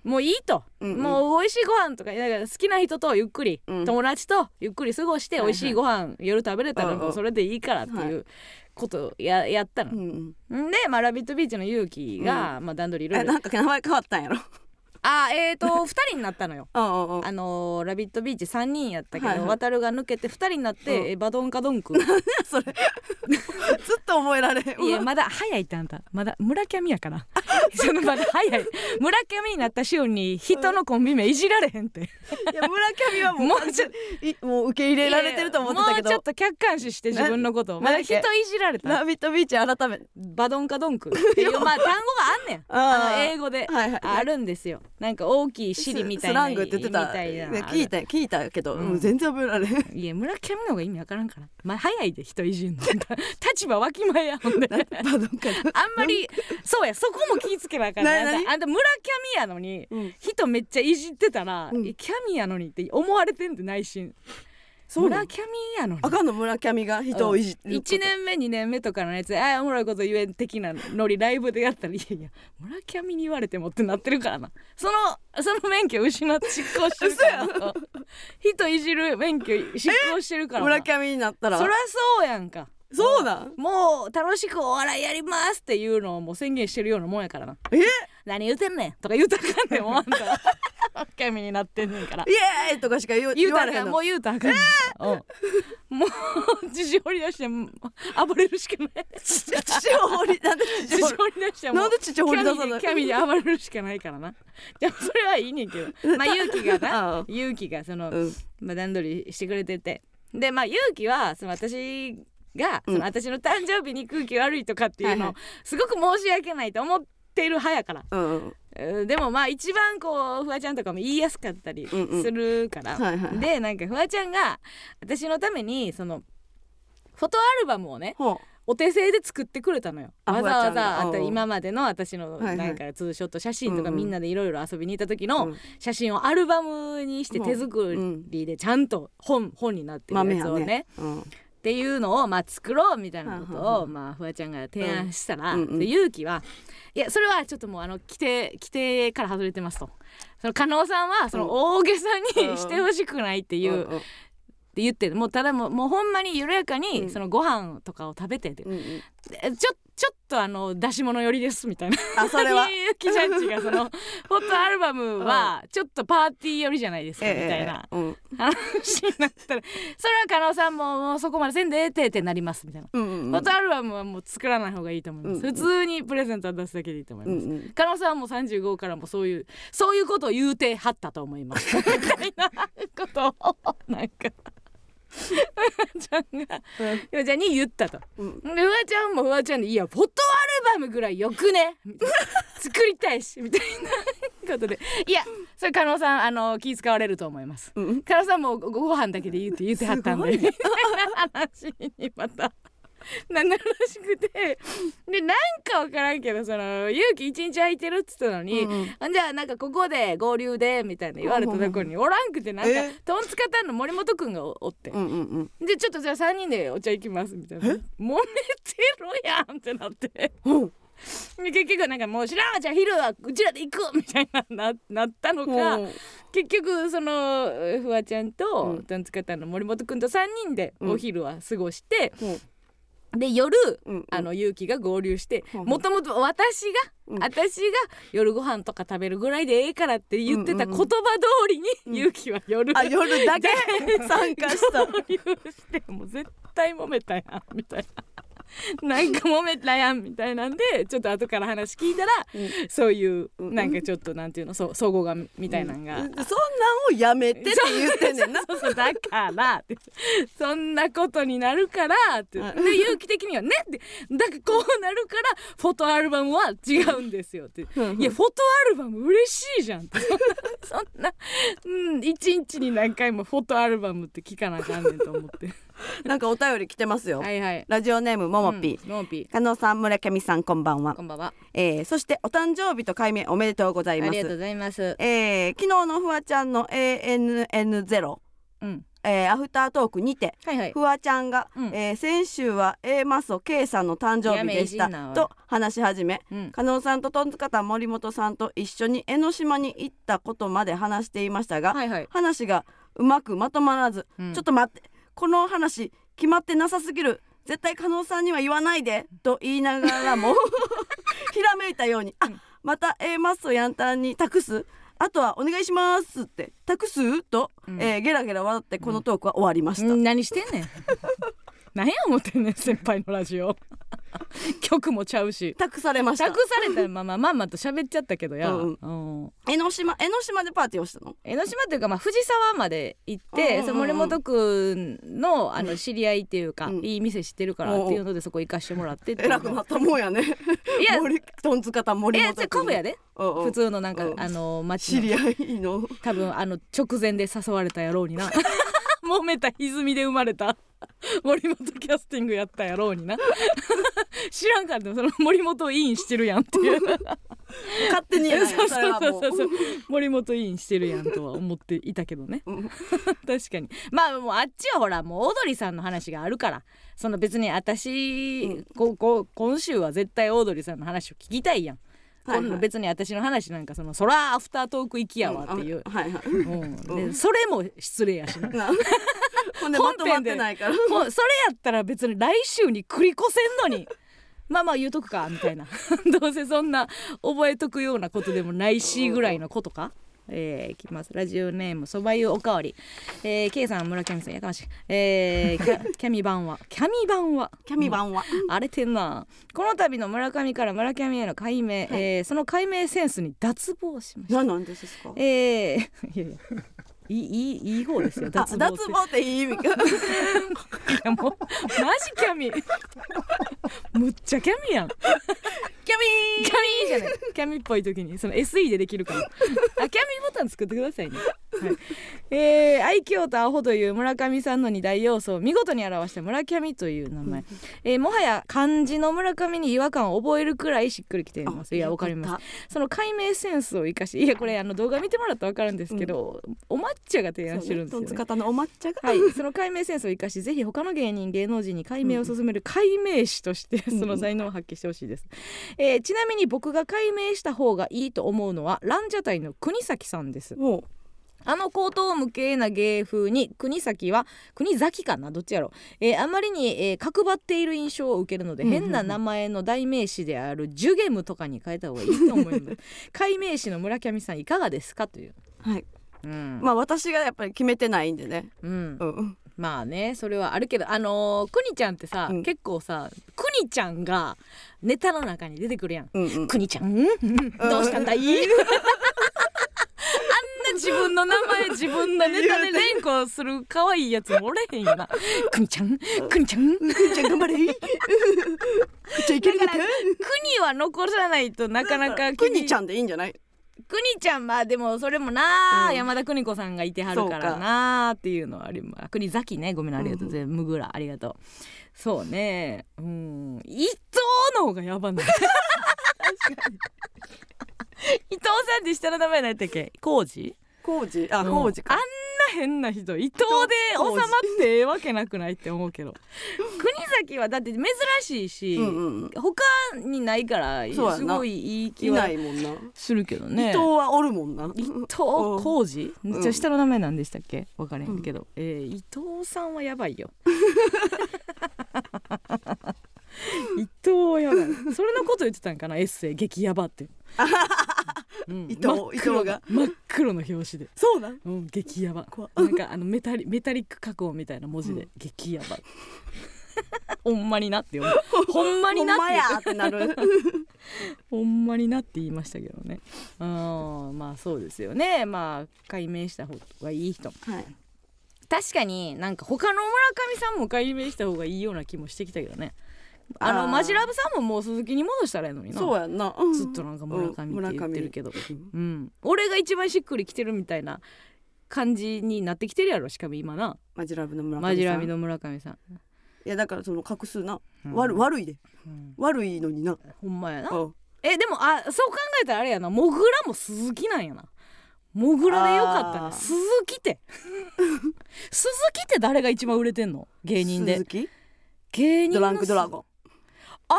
Speaker 2: もういいと、
Speaker 1: うんうん
Speaker 2: もう美味しいご飯とかだから好きな人とゆっくり、
Speaker 1: うん
Speaker 2: 友達とゆっくり過ごして
Speaker 1: はい
Speaker 2: 美
Speaker 1: はい
Speaker 2: 味しいご飯夜食べれた
Speaker 1: う
Speaker 2: ら
Speaker 1: んうん
Speaker 2: もうそれでいいからっていうことをややったの。
Speaker 1: うんうん
Speaker 2: んで、まあ、ラビットビーチの勇気が、まあ、段取りいろ
Speaker 1: あ
Speaker 2: いろ
Speaker 1: なんか名前変わったんやろ
Speaker 2: あえっ、ー、と2人になったのよ。
Speaker 1: うんうんうん
Speaker 2: あのーラビットビーチ3人やったけど、
Speaker 1: はいはい
Speaker 2: 渡るが抜けて2人になって、
Speaker 1: うん
Speaker 2: えバドンカドン ク
Speaker 1: そ れずっと覚えられへん
Speaker 2: いやまだ早いってあんたまだ村キャミやから そのまだ早い村キャミになった週に人のコンビ名いじられへんって
Speaker 1: いや村上 はもう
Speaker 2: もうちょっ
Speaker 1: い もう受け入れられてると思ってたけど
Speaker 2: もうちょっと客観視して自分のことを
Speaker 1: なな
Speaker 2: まだ
Speaker 1: ん
Speaker 2: 人
Speaker 1: だっ
Speaker 2: い
Speaker 1: け
Speaker 2: じられた
Speaker 1: ラビットビーチ改め
Speaker 2: バドンカドンクっていうまあ単語があんねんあ
Speaker 1: あ
Speaker 2: の
Speaker 1: ー
Speaker 2: 英語で、
Speaker 1: はいはい
Speaker 2: あるんですよなんか大きい尻みたい
Speaker 1: ス
Speaker 2: な
Speaker 1: ラングって言ってた
Speaker 2: みたいな
Speaker 1: ね聞いた聞いたけど、
Speaker 2: うん
Speaker 1: もう全然覚え られへん
Speaker 2: いや村キャミの方が意味わからんから、まあ、早いで人いじんの 立場わきまえやほんで
Speaker 1: バドンカドン
Speaker 2: あんまりそうやそこも気ぃつけなあかんね
Speaker 1: な
Speaker 2: あん
Speaker 1: 何
Speaker 2: たあんた村キャミやのに、
Speaker 1: うん
Speaker 2: 人めっちゃいじってたら、
Speaker 1: うん
Speaker 2: えキャミやのにって思われてんで内心
Speaker 1: そうな
Speaker 2: 村
Speaker 1: の
Speaker 2: キャミやのに
Speaker 1: 赤の村上が人をいじってること
Speaker 2: 1年目2年目とかのやつでああおもろいこと言えん的なノリライブでやったらいやいや村キャミに言われてもってなってるからなそのその免許失って執行してるからな人いじる免許執行してるからな
Speaker 1: 村上になったら
Speaker 2: そりゃそうやんか
Speaker 1: そうなん
Speaker 2: もう楽しくお笑いやりますっていうのをもう宣言してるようなもんやからな
Speaker 1: えイ
Speaker 2: 何言うてんねんとか言うたらあかんねんもうあ んたキャミになってんねんから
Speaker 1: エーイとかしか言う
Speaker 2: 言
Speaker 1: 言
Speaker 2: う
Speaker 1: わ
Speaker 2: た
Speaker 1: れ
Speaker 2: ら
Speaker 1: へ
Speaker 2: あか
Speaker 1: ん
Speaker 2: んも
Speaker 1: の
Speaker 2: う言うたらあかんねん、うんもう自信掘り出して暴れるしかない
Speaker 1: 父を掘りなんで
Speaker 2: 自
Speaker 1: 父を
Speaker 2: 信
Speaker 1: 掘り
Speaker 2: 掘り出しても
Speaker 1: なんで父を掘り出さない
Speaker 2: キャミでキャミで暴れるしかないからな じゃあそれはいいねんけど まあ勇気が
Speaker 1: あ
Speaker 2: な
Speaker 1: あ
Speaker 2: 勇気がその、
Speaker 1: うん
Speaker 2: まあ、段取りしてくれててでまあ勇気はその私がその私の誕生日に空気悪いとかっていう
Speaker 1: はいは
Speaker 2: のを
Speaker 1: い
Speaker 2: すごく申し訳ないと思ってる派やから、
Speaker 1: うんうん
Speaker 2: うんでもまあ一番こうフワちゃんとかも言いやすかったり
Speaker 1: うんうん
Speaker 2: するから、
Speaker 1: はいはい
Speaker 2: でなんかフワちゃんが私のためにそのフォトアルバムをね
Speaker 1: ほう
Speaker 2: お手製で作ってくれたのよ
Speaker 1: あ
Speaker 2: わざわ
Speaker 1: フワちゃん
Speaker 2: ざ
Speaker 1: が
Speaker 2: あと
Speaker 1: うんうん
Speaker 2: 今までの私
Speaker 1: は
Speaker 2: の
Speaker 1: いはい
Speaker 2: なんかツーショット写真と
Speaker 1: うん
Speaker 2: か
Speaker 1: うん
Speaker 2: みんなでいろいろ遊びに行った時
Speaker 1: う
Speaker 2: の
Speaker 1: ん
Speaker 2: 写真をアルバムにして手作りでちゃんと本本になってる
Speaker 1: 豆
Speaker 2: やつ
Speaker 1: や
Speaker 2: をね
Speaker 1: ねうん
Speaker 2: っていうのをまあ作ろうみたいな
Speaker 1: はんは
Speaker 2: こ
Speaker 1: ん
Speaker 2: とをまあフワちゃんが提案したら、
Speaker 1: うんうんうん
Speaker 2: で勇気はいやそれはちょっともうあの規定規定から外れてますとその加納さんはその大げさ
Speaker 1: うん
Speaker 2: にしてほしくないっていう、
Speaker 1: うん
Speaker 2: っ
Speaker 1: うん
Speaker 2: て言ってるもうただもうもうほんまに緩やか
Speaker 1: う
Speaker 2: に
Speaker 1: ん
Speaker 2: そのご飯とかを食べてて、
Speaker 1: うんうん
Speaker 2: えちょちょっとあの出し物寄りですみたいな
Speaker 1: あそれは
Speaker 2: ゆきちゃんちが そのフォトアルバムはちょっとパーティー寄りじゃないですかみたいな、
Speaker 1: ええうん
Speaker 2: 話になったらそれは加納さんももうそこまでせんでええてってなりますみたいな。
Speaker 1: うんうん
Speaker 2: フォトアルバムはもう作らない方がいいと思います、
Speaker 1: うんうん
Speaker 2: 普通にプレゼントは出すだけでいいと思い
Speaker 1: うん
Speaker 2: ま
Speaker 1: う
Speaker 2: す、
Speaker 1: ん
Speaker 2: 加納さんはもう35からもそういうそういうことを言うてはったと思いま すみたいなことをなんかちゃんがフワちゃんに言ったと、
Speaker 1: うん
Speaker 2: でフワちゃんもフワちゃんで「いやフォトアルバムぐらいよ くね」みたいな作りたいしみたいなことで「いやそれ加納さんあの気使われると思います」
Speaker 1: うん
Speaker 2: カラさんもごご飯だけで言うって言ってはったんで、みたいな 話にまた。ななるらしくてでなんかわからんけどその勇気一日空いてるっつったのに、
Speaker 1: うんうん
Speaker 2: ほんじゃあなんかここで合流でみたいな言われたところにおらんくてなん
Speaker 1: え
Speaker 2: かトンツカタンの森本くんがおおって、
Speaker 1: うんうんうん
Speaker 2: でちょっとじゃあ3人でお茶行きますみたいな揉めてろやんってな って
Speaker 1: うん
Speaker 2: で結局なんかもう知らんわじゃあ昼はうちらで行くみたいなななったのか、
Speaker 1: うん
Speaker 2: 結局そのフワちゃん
Speaker 1: う
Speaker 2: と
Speaker 1: ん
Speaker 2: トンツカタンの森本くんと3人で
Speaker 1: うん
Speaker 2: お昼は過ごして、
Speaker 1: うん
Speaker 2: で夜、
Speaker 1: うんうん
Speaker 2: あの勇気が合流して
Speaker 1: うんうん
Speaker 2: もともと私が、
Speaker 1: うん
Speaker 2: 私が夜ご飯とか食べるぐらいでええからって言ってた
Speaker 1: うん
Speaker 2: 言
Speaker 1: うんう
Speaker 2: 葉
Speaker 1: ん
Speaker 2: 通りに勇気は夜、
Speaker 1: あ夜だけ参加した
Speaker 2: 合流してもう絶対揉めたやんみたいな。なんか揉めたやんみたいなんでちょっと後から話聞いたら、
Speaker 1: う
Speaker 2: そういう
Speaker 1: うん
Speaker 2: なんかちょっとなんていうのそ相互がみたいなのが
Speaker 1: そんなんをやめてって言ってんねんな
Speaker 2: そうそうだからってそんなことになるからってで
Speaker 1: うん
Speaker 2: 勇気的にはねってだからこうなるからフォトアルバムは違うんですよっていやフ
Speaker 1: うんうん
Speaker 2: ォトアルバム嬉しいじゃんってそんなそんな、うん、一日に何回もフォトアルバムって聞かなあかんねんと思って
Speaker 1: なんかお便り来てますよ、
Speaker 2: はいはい
Speaker 1: ラジオネームももぴ
Speaker 2: うんももぴ
Speaker 1: 加納さん村上さんこんばんは
Speaker 2: こんばんは
Speaker 1: えー、そしてお誕生日と改名おめでとうござ
Speaker 2: あ
Speaker 1: い
Speaker 2: りが
Speaker 1: ます
Speaker 2: とうございます
Speaker 1: えー昨日のフワちゃんの ANN0、
Speaker 2: うん
Speaker 1: えーアフタートークにて
Speaker 2: はいはい
Speaker 1: フワちゃんが、
Speaker 2: うん
Speaker 1: えー先週は A マソ K さんの誕生日でし
Speaker 2: や
Speaker 1: た
Speaker 2: めいじんなおい
Speaker 1: と話し始め
Speaker 2: うん
Speaker 1: 加納さんとトンツカタン森本さんと一緒に江ノ島に行ったことまで話していましたが、
Speaker 2: はいはい
Speaker 1: 話がうまくまとまらず、
Speaker 2: うん
Speaker 1: ちょっと待ってこの話決まってなさすぎる絶対加納さんには言わないでと言いながらも ひらめいたように「あまた A マッソヤンタンに託す」あとは「お願いします」って「託す?」と、
Speaker 2: うん
Speaker 1: えーゲラゲラ笑ってこのトークは終わりました、
Speaker 2: うん何してんね ん何や思ってんねん先輩のラジオ 曲もちゃうし
Speaker 1: 託されました
Speaker 2: 託されたまままんまと喋っちゃったけどや、
Speaker 1: うん
Speaker 2: うん
Speaker 1: 江ノ島江ノ島でパーティーをしたの
Speaker 2: 江ノ島というか、まあ、藤沢まで行っ
Speaker 1: うんうんうん
Speaker 2: て、
Speaker 1: うん
Speaker 2: その森本君のあ
Speaker 1: う
Speaker 2: の知り合いっていうか、
Speaker 1: うん
Speaker 2: いい店知ってるからっていうのでそこ行かしてもらってっていう
Speaker 1: 偉くなったもんやね
Speaker 2: いや
Speaker 1: 森トンツカタン森
Speaker 2: い
Speaker 1: 本
Speaker 2: やじゃあカフェやで
Speaker 1: うんうん
Speaker 2: 普通のなんか、
Speaker 1: うん
Speaker 2: あの街
Speaker 1: 知
Speaker 2: の
Speaker 1: り合い の
Speaker 2: 多分あの直前で誘われたやろうにな 揉めた歪みで生まれた森本キャスティングやったやろうにな知らんからでもその森本をインしてるやんっていう
Speaker 1: 勝手にやな
Speaker 2: そう
Speaker 1: それ
Speaker 2: そう
Speaker 1: は
Speaker 2: そ
Speaker 1: も
Speaker 2: う
Speaker 1: う
Speaker 2: そう 森本インしてるやんとは思っていたけどね
Speaker 1: うん
Speaker 2: 確かにまあもうあっちはほらもうオードリーさんの話があるからその別に私、
Speaker 1: うん
Speaker 2: ここ今週は絶対オードリーさんの話を聞きたいやん、
Speaker 1: はいはい
Speaker 2: 今度別に私の話なんかそのそらアフタートーク行きやわっていう、
Speaker 1: あはいはい
Speaker 2: うんでそれも失礼や しな
Speaker 1: なほんでまとまってないから
Speaker 2: もうそれやったら別に来週に繰り越せんのにまあまあ言うとくかみたいな どうせそんな覚えとくようなことでもないしぐらいのことか。えー、いきますラジオネームそば湯おかわり、えー、K さん村上さんやかましい、えー、キャ キャミ版はキャミ版は
Speaker 1: キャミ版は
Speaker 2: 荒れてんなこの度の村上から村上への解明、えーその解明センスに脱帽しました
Speaker 1: 何なんですか
Speaker 2: えー、いやいやいいいいいい方ですよ
Speaker 1: あ
Speaker 2: 脱帽っ
Speaker 1: 脱
Speaker 2: て
Speaker 1: 帽っていい意味か
Speaker 2: いやもうマジキャミむっちゃキャミやんキャ ミキャミじゃないキャミっぽい時にその SE でできるからあキャミボタン作ってくださいね、はい、えー愛嬌とアホという村上さんの二大要素を見事に表した村キャミという名前、えーもはや漢字の村上に違和感を覚えるくらいしっくりきていますいやわかります
Speaker 1: す
Speaker 2: その解明センスを生かしいやこれあの動画見てもらったらわかるんですけど、お抹茶が提案してるんです
Speaker 1: ト
Speaker 2: よ、ね
Speaker 1: ンツカタンのお抹茶が
Speaker 2: はい、 その解明センスを生かしぜひ他の芸人芸能人に解明を進める解明師として
Speaker 1: うん
Speaker 2: その才能を発揮してほしいです、えーちなみに僕が解明した方がいいと思うのはランジャタイの国崎さんです
Speaker 1: もう
Speaker 2: あの高等無形な芸風に国崎は国崎かなどっちやろ、えーあまりに、えー角張っている印象を受けるので
Speaker 1: うんうんうん
Speaker 2: 変な名前の代名詞であるジュゲムとかに変えた方がいいと思います 解明師の村上さんいかがですかという、
Speaker 1: はい
Speaker 2: うん
Speaker 1: まあ私がやっぱり決めてないんでね
Speaker 2: うん
Speaker 1: う、ん
Speaker 2: まあねそれはあるけどあのー、くにちゃんってさ、
Speaker 1: うん
Speaker 2: 結構さくにちゃんがネタの中に出てくるやん。
Speaker 1: うんうん
Speaker 2: くにちゃん、うんうん どうしたんだいあんな自分の名前 自分のネタで連呼する可愛いやつもおれへんよな。くにちゃんくにちゃんく
Speaker 1: くんちゃん頑張れくんちゃんいけるのか
Speaker 2: だには残らないとなかなか
Speaker 1: くにちゃ
Speaker 2: ん
Speaker 1: んでいいんじゃない
Speaker 2: くにちゃんまあでもそれもなあ、
Speaker 1: うん
Speaker 2: 山田邦子さんがいてはるからなあっていうのはあります国崎ねごめんなありがとう、全部むぐらありがとうそうねうん伊藤の方がや ばない伊藤さんって下の名前何やったっけ浩二
Speaker 1: こうじあ
Speaker 2: うん
Speaker 1: こうじ
Speaker 2: あん
Speaker 1: か
Speaker 2: な変な人伊藤で収
Speaker 1: 浩二
Speaker 2: まってええわけなくないって思うけど国崎はだって珍しいし、
Speaker 1: うんうん
Speaker 2: 他にないからす
Speaker 1: そうやな
Speaker 2: ごいいい
Speaker 1: い
Speaker 2: 気
Speaker 1: な
Speaker 2: はい
Speaker 1: もんな
Speaker 2: するけど
Speaker 1: 伊
Speaker 2: ね
Speaker 1: 藤はおるもんな
Speaker 2: 伊藤
Speaker 1: うん
Speaker 2: 浩二、
Speaker 1: ん
Speaker 2: めっちゃ下の名前なんでしたっけ分からへんけど、えー伊藤さんはやば いよ伊藤はやばいそれのこと言ってたんかなエッセイ激ヤバって、 うん
Speaker 1: 伊藤
Speaker 2: 真っ黒
Speaker 1: 伊藤が
Speaker 2: な真っ黒の表紙で
Speaker 1: そうなん
Speaker 2: うん、激ヤバ
Speaker 1: 怖っ
Speaker 2: なんかあのメタリメタリック加工みたいな文字で、
Speaker 1: うん
Speaker 2: 激ヤ バほんまになって思う ほんま
Speaker 1: ほ
Speaker 2: に
Speaker 1: ん
Speaker 2: なっ
Speaker 1: ま
Speaker 2: て
Speaker 1: やってな る
Speaker 2: ほんまになって言いましたけどねうんまあそうですよねまあ解明した方がいい人
Speaker 1: はい
Speaker 2: 確かになんか他の村上さんも解明した方がいいような気もしてきたけどねあの
Speaker 1: あー
Speaker 2: マジラブさんももう鈴木に戻したらいいのにな
Speaker 1: そうやんなうん
Speaker 2: ずっとなんか村上って言ってるけ
Speaker 1: う
Speaker 2: ど、
Speaker 1: ん村上
Speaker 2: うん、俺が一番しっくりきてるみたいな感じになってきてるやろしかも今な
Speaker 1: マジラブの村上さん
Speaker 2: マジラミの村上さん、
Speaker 1: いやだからその画数な、
Speaker 2: うん
Speaker 1: 悪悪いで
Speaker 2: うん
Speaker 1: 悪いのにな
Speaker 2: ほんまやな
Speaker 1: うん
Speaker 2: えでもあそう考えたらあれやなモグラも鈴木なんやなモグラでよかった
Speaker 1: あー
Speaker 2: な鈴木って 鈴木って誰が一番売れてんの芸人で
Speaker 1: 鈴木
Speaker 2: 芸人
Speaker 1: ド
Speaker 2: の
Speaker 1: ランクドラゴン
Speaker 2: あ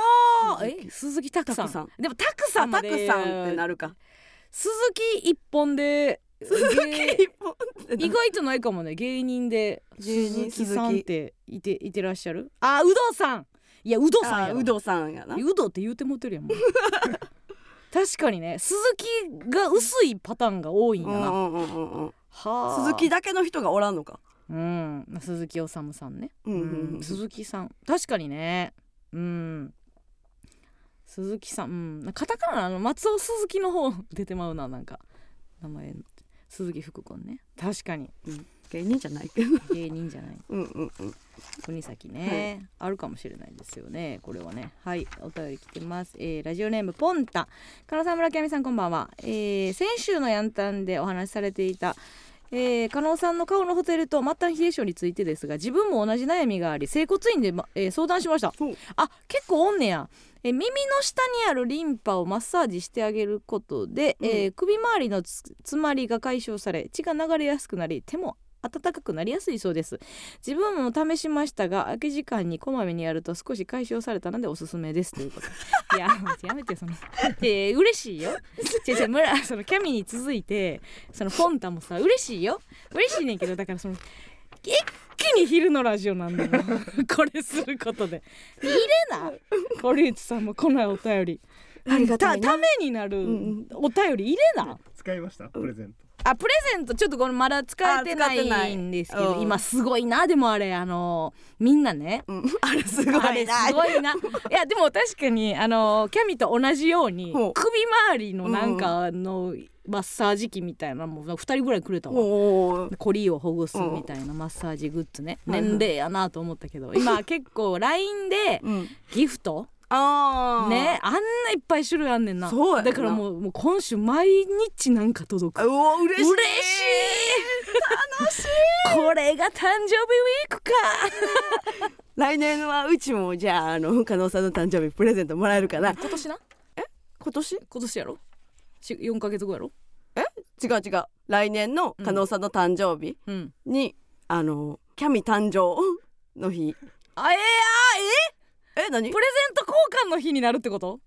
Speaker 2: あえ鈴木拓さん
Speaker 1: 拓さん
Speaker 2: でも拓さ
Speaker 1: あ
Speaker 2: ん
Speaker 1: た
Speaker 2: ま
Speaker 1: く
Speaker 2: で
Speaker 1: さんってなるか
Speaker 2: 鈴木一本で芸
Speaker 1: 一本ってな
Speaker 2: 意外とないかもね芸人で
Speaker 1: 芸人
Speaker 2: 鈴木さんっていていてらっしゃるあうどさんいやうどさん
Speaker 1: あー
Speaker 2: やろ
Speaker 1: うどさんやな
Speaker 2: うどって言うてもってるやん もう確かにね鈴木が薄いパターンが多いんや
Speaker 1: うん
Speaker 2: な、
Speaker 1: うんうんうんうん
Speaker 2: はあ
Speaker 1: 鈴木だけの人がおらんのか
Speaker 2: うん鈴木おさむさんね、
Speaker 1: うんうんうん
Speaker 2: うん鈴木さん確かにねうん鈴木さんうんカタカナのあの松尾鈴木の方出てまうななんか名前鈴木福君ね確かに
Speaker 1: 芸人じゃないけど
Speaker 2: 芸人じゃない
Speaker 1: うんうんうん
Speaker 2: 国崎ね、あるかもしれないですよねこれはねはいお便り来てます、えーラジオネームポンタ金沢村木亜美さんこんばんは、えー先週のヤンタンでお話しされていたえー、加納さんの顔のホテルと末端冷え症についてですが自分も同じ悩みがあり整骨院で、まえー相談しました
Speaker 1: そう
Speaker 2: あ結構おんねやえ耳の下にあるリンパをマッサージしてあげることで、えー首周りのつ詰まりが解消され血が流れやすくなり手も暖かくなりやすいそうです自分も試しましたが空き時間にこまめにやると少し解消されたのでおすすめですということいや やめてそので嬉しいよ違う違う村そのキャミに続いてそのフォンタもさ嬉しいよ嬉しいねんけどだからその一気に昼のラジオなんだよ これすることで入れな堀内さんも来ないお便り
Speaker 1: ありがたいな
Speaker 2: ためになる
Speaker 1: ん
Speaker 2: お便り入れな、
Speaker 4: 使いましたプレゼント
Speaker 2: あプレゼントちょっとこれまだ使えてな
Speaker 1: あ使ってない
Speaker 2: いんですけど、
Speaker 1: うん
Speaker 2: 今すごいなでもあれあのみんなね
Speaker 1: うんあれすご
Speaker 2: あ
Speaker 1: い
Speaker 2: れす
Speaker 1: な
Speaker 2: ご いないやでも確かにあのキャミと同じように
Speaker 1: ほ
Speaker 2: 首
Speaker 1: う
Speaker 2: 周りのなんかのマッサージ機みたいなのも2人ぐらいくれたわ
Speaker 1: おー
Speaker 2: コリをほぐすみたいなマッサージグッズね
Speaker 1: はいはい
Speaker 2: 年齢やなと思ったけど今結構 LINE で
Speaker 1: うん
Speaker 2: ギフト
Speaker 1: あー
Speaker 2: ねあんないっぱい種類あんねんな
Speaker 1: そうやな
Speaker 2: だからもうもう今週毎日なんか届
Speaker 1: う
Speaker 2: く
Speaker 1: お嬉しい
Speaker 2: 嬉しい楽しいこれが誕生日ウィークか
Speaker 1: 来年はうちもじゃああの加納さんの誕生日プレゼントもらえるかな
Speaker 2: 今年な
Speaker 1: 今年違
Speaker 2: 今年やろし4ヶ月後やろ
Speaker 1: う違う来年の加納さんの誕生日
Speaker 2: うん
Speaker 1: に、あのキャミ誕生の日
Speaker 2: あえー、あ
Speaker 1: え何
Speaker 2: えプレゼント交換の日になるってこと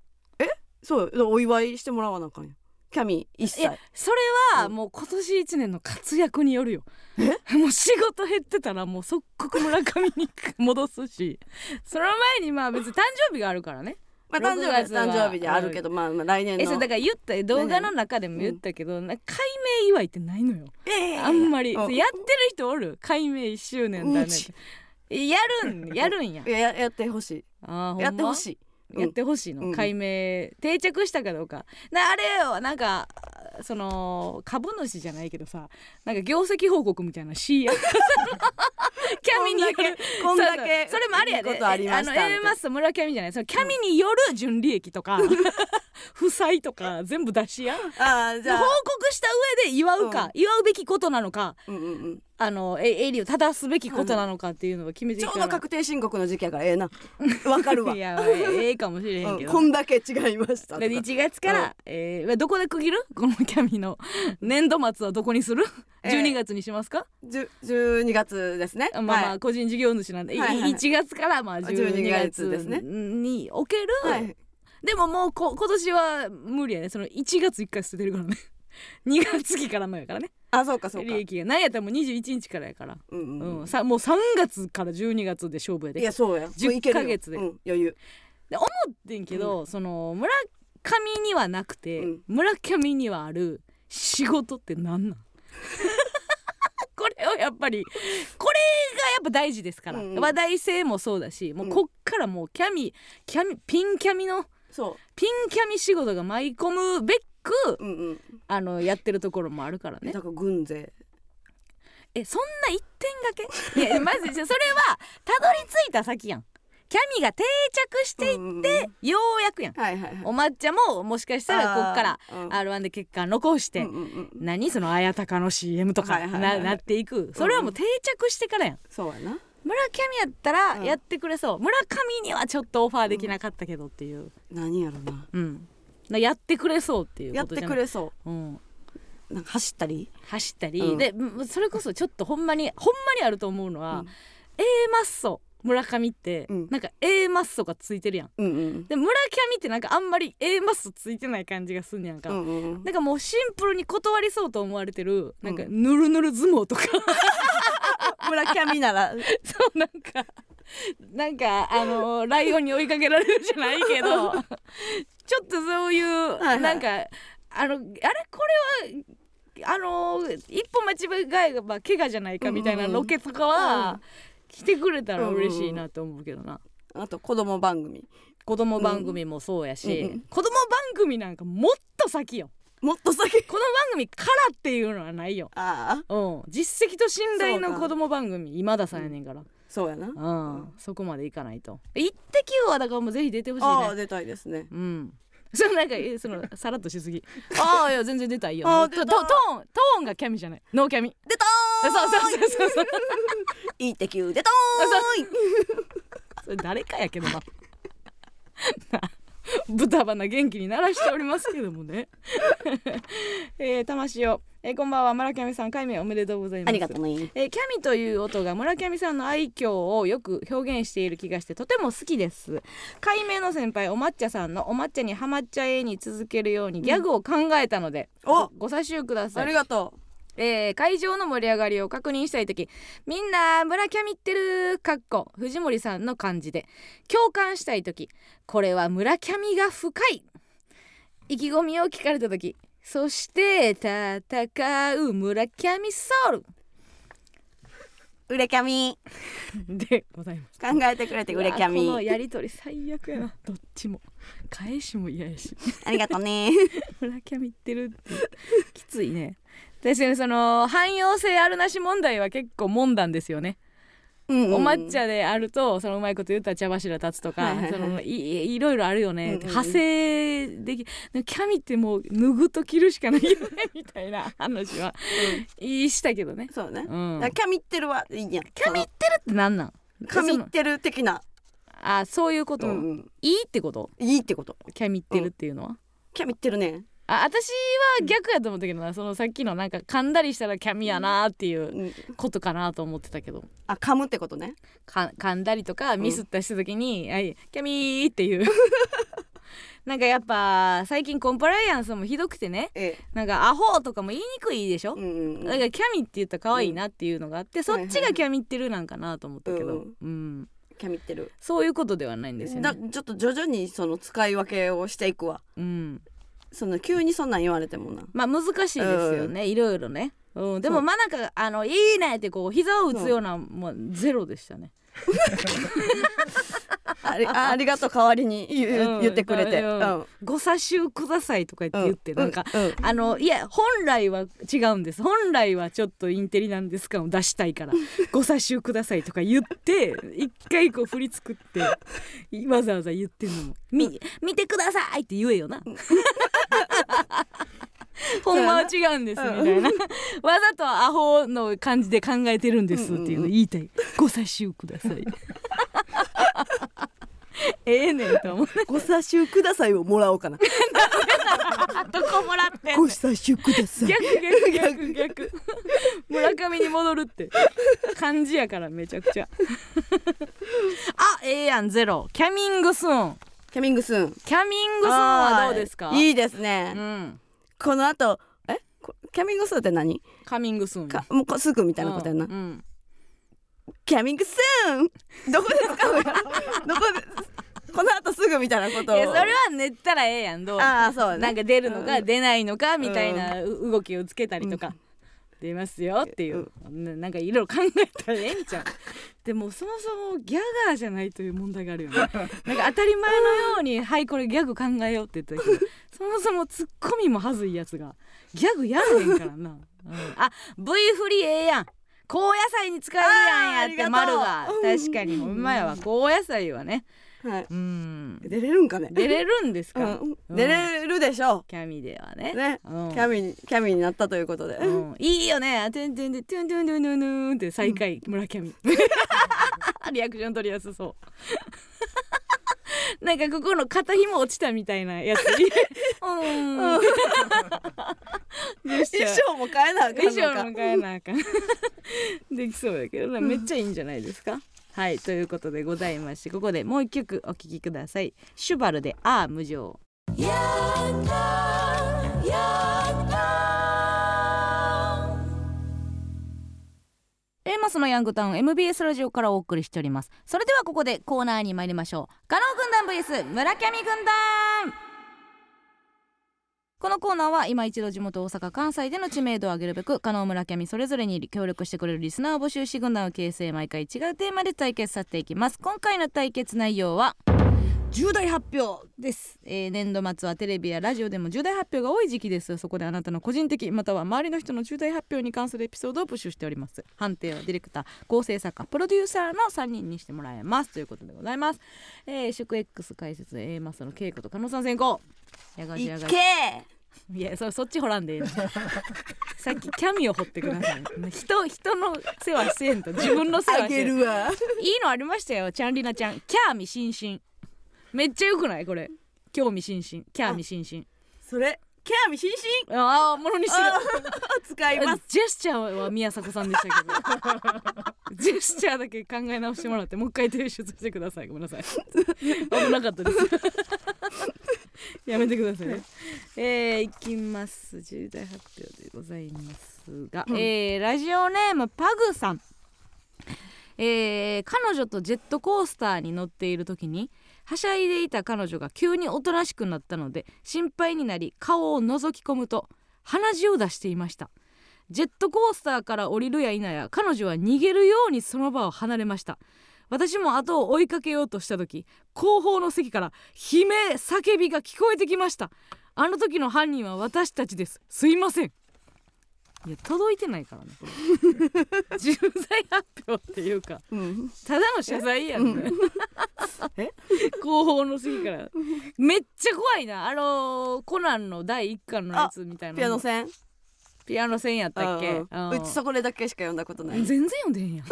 Speaker 1: そうよお祝いしてもらわなあかんよキャミ一
Speaker 2: いや
Speaker 1: 歳
Speaker 2: それはもう今年一年の活躍によるよ もう仕事減ってたらもう即刻村上に戻すし その前にまあ別に誕生日があるからね
Speaker 1: まあ誕生日は
Speaker 2: 6
Speaker 1: 誕生日であるけど、まあ、まあ来年
Speaker 2: えそ
Speaker 1: の
Speaker 2: れだから言った動画の中でも言ったけどな解明祝いってないのよ
Speaker 1: え
Speaker 2: あんまりや
Speaker 1: う
Speaker 2: って
Speaker 1: ん
Speaker 2: る人おる解明1周年だね
Speaker 1: うち
Speaker 2: ってや るんやるんや
Speaker 1: いやややってほし
Speaker 2: あーほん
Speaker 1: い
Speaker 2: ま
Speaker 1: やってほしいうん
Speaker 2: やってほしいの、
Speaker 1: うん
Speaker 2: 解明定着したかどうかなあれはなんかその株主じゃないけどさなんか業績報告みたい な C やキャミによる
Speaker 1: こんだけこんだけ
Speaker 2: そうそうそれもあれや
Speaker 1: いい
Speaker 2: で
Speaker 1: ことありましたみたいな
Speaker 2: の A マスと村キャミじゃないそのキャミによる純利益とか、 負債とか全部出しや
Speaker 1: ああじ
Speaker 2: 報
Speaker 1: ゃあ、
Speaker 2: 告した上で祝うか、祝うべきことなのか
Speaker 1: うんうんうん、
Speaker 2: あのえ営利を正すべきことなのかっていうのを決めてい
Speaker 1: ちょ
Speaker 2: か
Speaker 1: う
Speaker 2: な
Speaker 1: ど確定申告の時期やからええなわかる わ
Speaker 2: いやええかもしれへん
Speaker 1: う
Speaker 2: け
Speaker 1: ん、
Speaker 2: ど、
Speaker 1: こんだけ違いましたとか
Speaker 2: で1月から、
Speaker 1: うん
Speaker 2: えーどこで区切る このキャミの年度末はどこにする、
Speaker 1: えー
Speaker 2: ?12 月にしますか、
Speaker 1: じゅ12月ですね
Speaker 2: まあま
Speaker 1: は
Speaker 2: あ
Speaker 1: い
Speaker 2: 個人事業主なんで、い
Speaker 1: はいはいはい
Speaker 2: 1月からまあ12
Speaker 1: 12
Speaker 2: 月
Speaker 1: 月ですね
Speaker 2: における、
Speaker 1: はい、
Speaker 2: でももうこ今年は無理やねその1月1回捨ててるからね 2月期からのやからね
Speaker 1: あそうかそうか
Speaker 2: 利、益が何やったらもう21日からやから、
Speaker 1: うんう
Speaker 2: うんん
Speaker 1: うん
Speaker 2: さもう3月から12月で勝負やで
Speaker 1: いやそうや
Speaker 2: 10
Speaker 1: もういけるよ
Speaker 2: ヶ月で
Speaker 1: うん、余裕
Speaker 2: で思ってんけど、その村上にはなくて、
Speaker 1: うん
Speaker 2: 村上にはある仕事って何なん これをやっぱりこれがやっぱ大事ですから、
Speaker 1: うんうん
Speaker 2: 話題性もそうだしもう
Speaker 1: うん
Speaker 2: こっからもうキャミキャミピンキャミの
Speaker 1: そ
Speaker 2: ピンキャミ仕事が舞い込むべく
Speaker 1: ううんうん
Speaker 2: あのやってるところもあるからね
Speaker 1: だから軍勢
Speaker 2: えそんな一点がけいやまずそれはたどり着いた先やんキャミが定着していっ
Speaker 1: うん
Speaker 2: てようやくやん
Speaker 1: はいはいはい
Speaker 2: お抹茶ももしかしたらこっから
Speaker 1: あーうん
Speaker 2: r 1で結果残して、
Speaker 1: うんうんうん
Speaker 2: 何その綾鷹の CM とか
Speaker 1: はいはいはい
Speaker 2: ななっていくそれはもう定着してからやん
Speaker 1: そうやな
Speaker 2: 村上やった
Speaker 1: う
Speaker 2: ら
Speaker 1: ん
Speaker 2: やってくれそう、村上にはちょっとオファーできなかったけどっていう、
Speaker 1: 何やろな
Speaker 2: うん、なやってくれそうっていう
Speaker 1: やっ
Speaker 2: こと
Speaker 1: て
Speaker 2: じゃ
Speaker 1: く
Speaker 2: ない、
Speaker 1: れそ
Speaker 2: うん、
Speaker 1: うなんか走ったり
Speaker 2: 走ったり、
Speaker 1: うん
Speaker 2: でむそれこそちょっとほんまにほんまにあると思うのは、
Speaker 1: うん
Speaker 2: A マッソ村上って、
Speaker 1: うん
Speaker 2: なんか A マッソがついてるやん
Speaker 1: うんうん
Speaker 2: で村上ってなんかあんまり A マッソついてない感じがすんねやんか、
Speaker 1: うんうん
Speaker 2: なんかもうシンプルに断りそうと思われてるなんかぬるぬる相撲とか、
Speaker 1: 村上なら
Speaker 2: そうなんかなんかあのライオンに追いかけられるじゃないけど ちょっとそういう、
Speaker 1: いはい
Speaker 2: なんかあのあれこれはあの一歩間違えば怪我じゃないかみたい
Speaker 1: う
Speaker 2: な
Speaker 1: んうん
Speaker 2: ロケとかは、来てくれたら嬉しいなと思うけどな、
Speaker 1: あと子供番組
Speaker 2: 子供番組もそうやし、
Speaker 1: うんうん
Speaker 2: 子供番組なんかもっと先よ
Speaker 1: もっと先
Speaker 2: この番組からっていうのはないよ
Speaker 1: ああ
Speaker 2: うん、実績と信
Speaker 1: そう
Speaker 2: 頼の
Speaker 1: か
Speaker 2: 子供番組今田さんやねんから、
Speaker 1: そうやな
Speaker 2: うん
Speaker 1: うん
Speaker 2: そこまでいかないと「イッテ Q!」はだからもうぜひ出てほし
Speaker 1: ああ
Speaker 2: いね
Speaker 1: 出たいですね
Speaker 2: うん そのなんかえそのさらっとしすぎああいや 全然出たいよ
Speaker 1: あー
Speaker 2: と
Speaker 1: 出た
Speaker 2: とトーントーンがキャミじゃないノーキャミ
Speaker 1: 出た
Speaker 2: そう そうそうそうそう
Speaker 1: ーいい敵出たーい
Speaker 2: それ誰かやけどな な豚鼻元気に鳴らしておりますけどもね えー、魂を、えー、こんばんは村上さん改名おめでとうございます
Speaker 1: ありがとうね
Speaker 2: えーキャミという音が村上さんの愛嬌をよく表現している気がしてとても好きです解明の先輩お抹茶さんのお抹茶にハマっちゃえに続けるようにギャグを考えたので、
Speaker 1: お
Speaker 2: ご差しくださ
Speaker 1: あり
Speaker 2: い、
Speaker 1: がと
Speaker 2: えー会場の盛り上がりを確認したい時みんな村キャミってるかっこ藤森さんの感じで共感したい時これは村キャミが深い意気込みを聞かれた時そして戦う村キャミソウル
Speaker 1: ううれキャミ
Speaker 2: でございます。
Speaker 1: 考えてくれてうれキャ
Speaker 2: うわこの
Speaker 1: ミ
Speaker 2: やりとり最悪やな。どっちも返しも嫌やし、
Speaker 1: ありがとう ね
Speaker 2: 裏キャミってるってきついね。確かにその汎用性あるなし問題は結構問談ですよね。
Speaker 1: うん
Speaker 2: お抹茶であるとそのうまいこと言ったら茶柱立つと
Speaker 1: はい
Speaker 2: か
Speaker 1: はいはい
Speaker 2: そのいいろいろあるよ
Speaker 1: うんうん
Speaker 2: ね、
Speaker 1: うん
Speaker 2: 派生できでもキャミってもう脱ぐと着るしかないよねみたいな話は言いしたけどね。
Speaker 1: そうねだ
Speaker 2: う
Speaker 1: か
Speaker 2: ん、
Speaker 1: らキャミってるはいいやん
Speaker 2: キャミってるってなんなん
Speaker 1: キャミ
Speaker 2: その
Speaker 1: ってる的な
Speaker 2: あそういうこと、
Speaker 1: うんうん
Speaker 2: いいってこと
Speaker 1: いいってこと
Speaker 2: キャミってるっていうのは、
Speaker 1: キャミってるね
Speaker 2: あ私は逆やと思ったけどな、そのさっきのなんか噛んだりしたらキャミやなっていう
Speaker 1: うん
Speaker 2: ことかなと思ってたけど
Speaker 1: あ噛むってことね
Speaker 2: か噛んだりとかミスったりした時に「あいキャミー」っていう なんかやっぱ最近コンプライアンスもひどくてね
Speaker 1: ええ
Speaker 2: なんか「アホ」とかも言いにくいでしょ、
Speaker 1: うんうん
Speaker 2: だからキャミって言ったら可愛いなっていうのがあって、そっちがキャミってるなんかなと思ったけど、
Speaker 1: うん
Speaker 2: うん、
Speaker 1: キャミってる
Speaker 2: そういうことではないんですよ
Speaker 1: だ
Speaker 2: ね。
Speaker 1: ちょっと徐々にその使い分けをしていくわ
Speaker 2: うん
Speaker 1: その急にそんなん言われて もな
Speaker 2: まあ難しいですよね、いろいろね、うん、でも
Speaker 1: そう
Speaker 2: まあなんかあの「いいね」ってこう膝を打つようなもうゼロでしたね
Speaker 1: あり あありがとう代わりに言,、
Speaker 2: うん
Speaker 1: 言ってくれて、
Speaker 2: う
Speaker 1: うんん
Speaker 2: 「ご差しゅうください」とか言って言って、
Speaker 1: う
Speaker 2: なんか、
Speaker 1: うん
Speaker 2: あのいや本来は違うんです本来はちょっとインテリなんですかを出したいから「ご差しゅうください」とか言って一回こう振り作ってわざわざ言ってるのも「み見てください」って言えよな。 ほんまは違うんですみたいな、わざとアホの感じで考えてるんですっていうのを言いたい、ご差しゅうくださ いええねんと思う
Speaker 1: ご差しゅうくださいをもらおう かな
Speaker 2: どこもらってんねん
Speaker 1: ご差しゅうください
Speaker 2: 逆逆逆逆 村上に戻るって感じやからめちゃくちゃ あええやんゼロキャミングスーン
Speaker 1: キャミングスーン
Speaker 2: キャミングスーンはどうですか
Speaker 1: あーいいですね、
Speaker 2: うん
Speaker 1: この後えこキャミングスーンって何
Speaker 2: カミングスーン
Speaker 1: かもうこすぐみたいなことやな、
Speaker 2: うんうん
Speaker 1: キャミングスーンどこですか どこでこの後すぐみたいなことを
Speaker 2: いやそれは練ったらええやんどう
Speaker 1: ああそうね
Speaker 2: なんか出るのか出ないのかみたいなう動きをつけたりとか、出ますよっていう、ななんかいろいろ考えたらええんちゃう でもそもそもギャガーじゃないという問題が あるよねなんか当たり前のように「はいこれギャグ考えよう」って言ったけどそもそもツッコミもはずいやつがギャグやらへんからな、うんあ V 振りええやん高野菜に使えるやんや
Speaker 1: あ
Speaker 2: っ
Speaker 1: ーあ
Speaker 2: て
Speaker 1: りが
Speaker 2: 丸
Speaker 1: とう
Speaker 2: が
Speaker 1: うん
Speaker 2: 確かにほんまやわ高野菜はね
Speaker 1: はい
Speaker 2: うん
Speaker 1: 出れるんかね
Speaker 2: 出れるんです
Speaker 1: う
Speaker 2: か
Speaker 1: ん
Speaker 2: うん
Speaker 1: 出れるでしょ
Speaker 2: キャミでは
Speaker 1: う
Speaker 2: ね
Speaker 1: ね
Speaker 2: うん
Speaker 1: キャミにキャミになったということで、
Speaker 2: うんいいよねトゥントゥントゥントゥントゥントゥントゥントゥンって最下位村キャミ リアクション取りやすそう なんかここの肩紐落ちたみたいなやつ うん
Speaker 1: うん
Speaker 2: よっし
Speaker 1: 衣
Speaker 2: ゃ
Speaker 1: 装も変えなあかん
Speaker 2: 衣
Speaker 1: のか
Speaker 2: 装も変えなあかん できそうだけどなめっちゃいいんじゃないですかはいということでございましてここでもう一曲お聴きくださいシュバルで「ああ無情」エマスのヤングタウン MBS ラジオからお送りしておりますそれではここでコーナーに参りましょうガノー軍団 VS 村上軍団このコーナーは今一度地元大阪関西での知名度を上げるべく加納村上それぞれに協力してくれるリスナーを募集し軍団を形成毎回違うテーマで対決させていきます今回の対決内容は重大発表です、えー年度末はテレビやラジオでも重大発表が多い時期ですそこであなたの個人的または周りの人の重大発表に関するエピソードを募集しております判定はディレクター構成作家プロデューサーの3人にしてもらいますということでございます、えー、祝 X 解説 A マスターの稽古と加納さん先行やがしや
Speaker 1: い
Speaker 2: がし
Speaker 1: け
Speaker 2: いやそそっち掘らんでい いのさっきキャミを掘ってください人人の世話せんと自分の世
Speaker 1: ー
Speaker 2: 話
Speaker 1: あげ
Speaker 2: せんいい
Speaker 1: るわ
Speaker 2: のありましたよちゃんりなちゃんキャーミシンシンめっちゃよくないこれ興味津々キャーミシンシン
Speaker 1: それキャミ心身
Speaker 2: ああものにしてる
Speaker 1: 使います
Speaker 2: ジェスチャーは宮迫さんでしたけど ジェスチャーだけ考え直してもらってもう一回提出してくださいごめんなさい危なかったです やめてくださいねえー、いきます重大発表でございますが、えー、ラジオネームパグさんえー、彼女とジェットコースターに乗っている時にはしゃいでいた彼女が急におとなしくなったので心配になり顔を覗き込むと鼻血を出していましたジェットコースターから降りるや否や彼女は逃げるようにその場を離れました私も後を追いかけようとした時後方の席から悲鳴叫びが聞こえてきましたあの時の犯人は私たちですすいませんいや届いてないからねこ れ重罪発表っていうか
Speaker 1: うん
Speaker 2: ただの謝罪やんね
Speaker 1: え
Speaker 2: 後方の席からめっちゃ怖いなあのーコナンの第1巻のやつみたいな
Speaker 1: ピアノ線
Speaker 2: ピアノ線やったっけ
Speaker 1: うんうん
Speaker 2: う
Speaker 1: う
Speaker 2: ん
Speaker 1: ちそこでだけしか読んだことない
Speaker 2: 全然読んでへんやん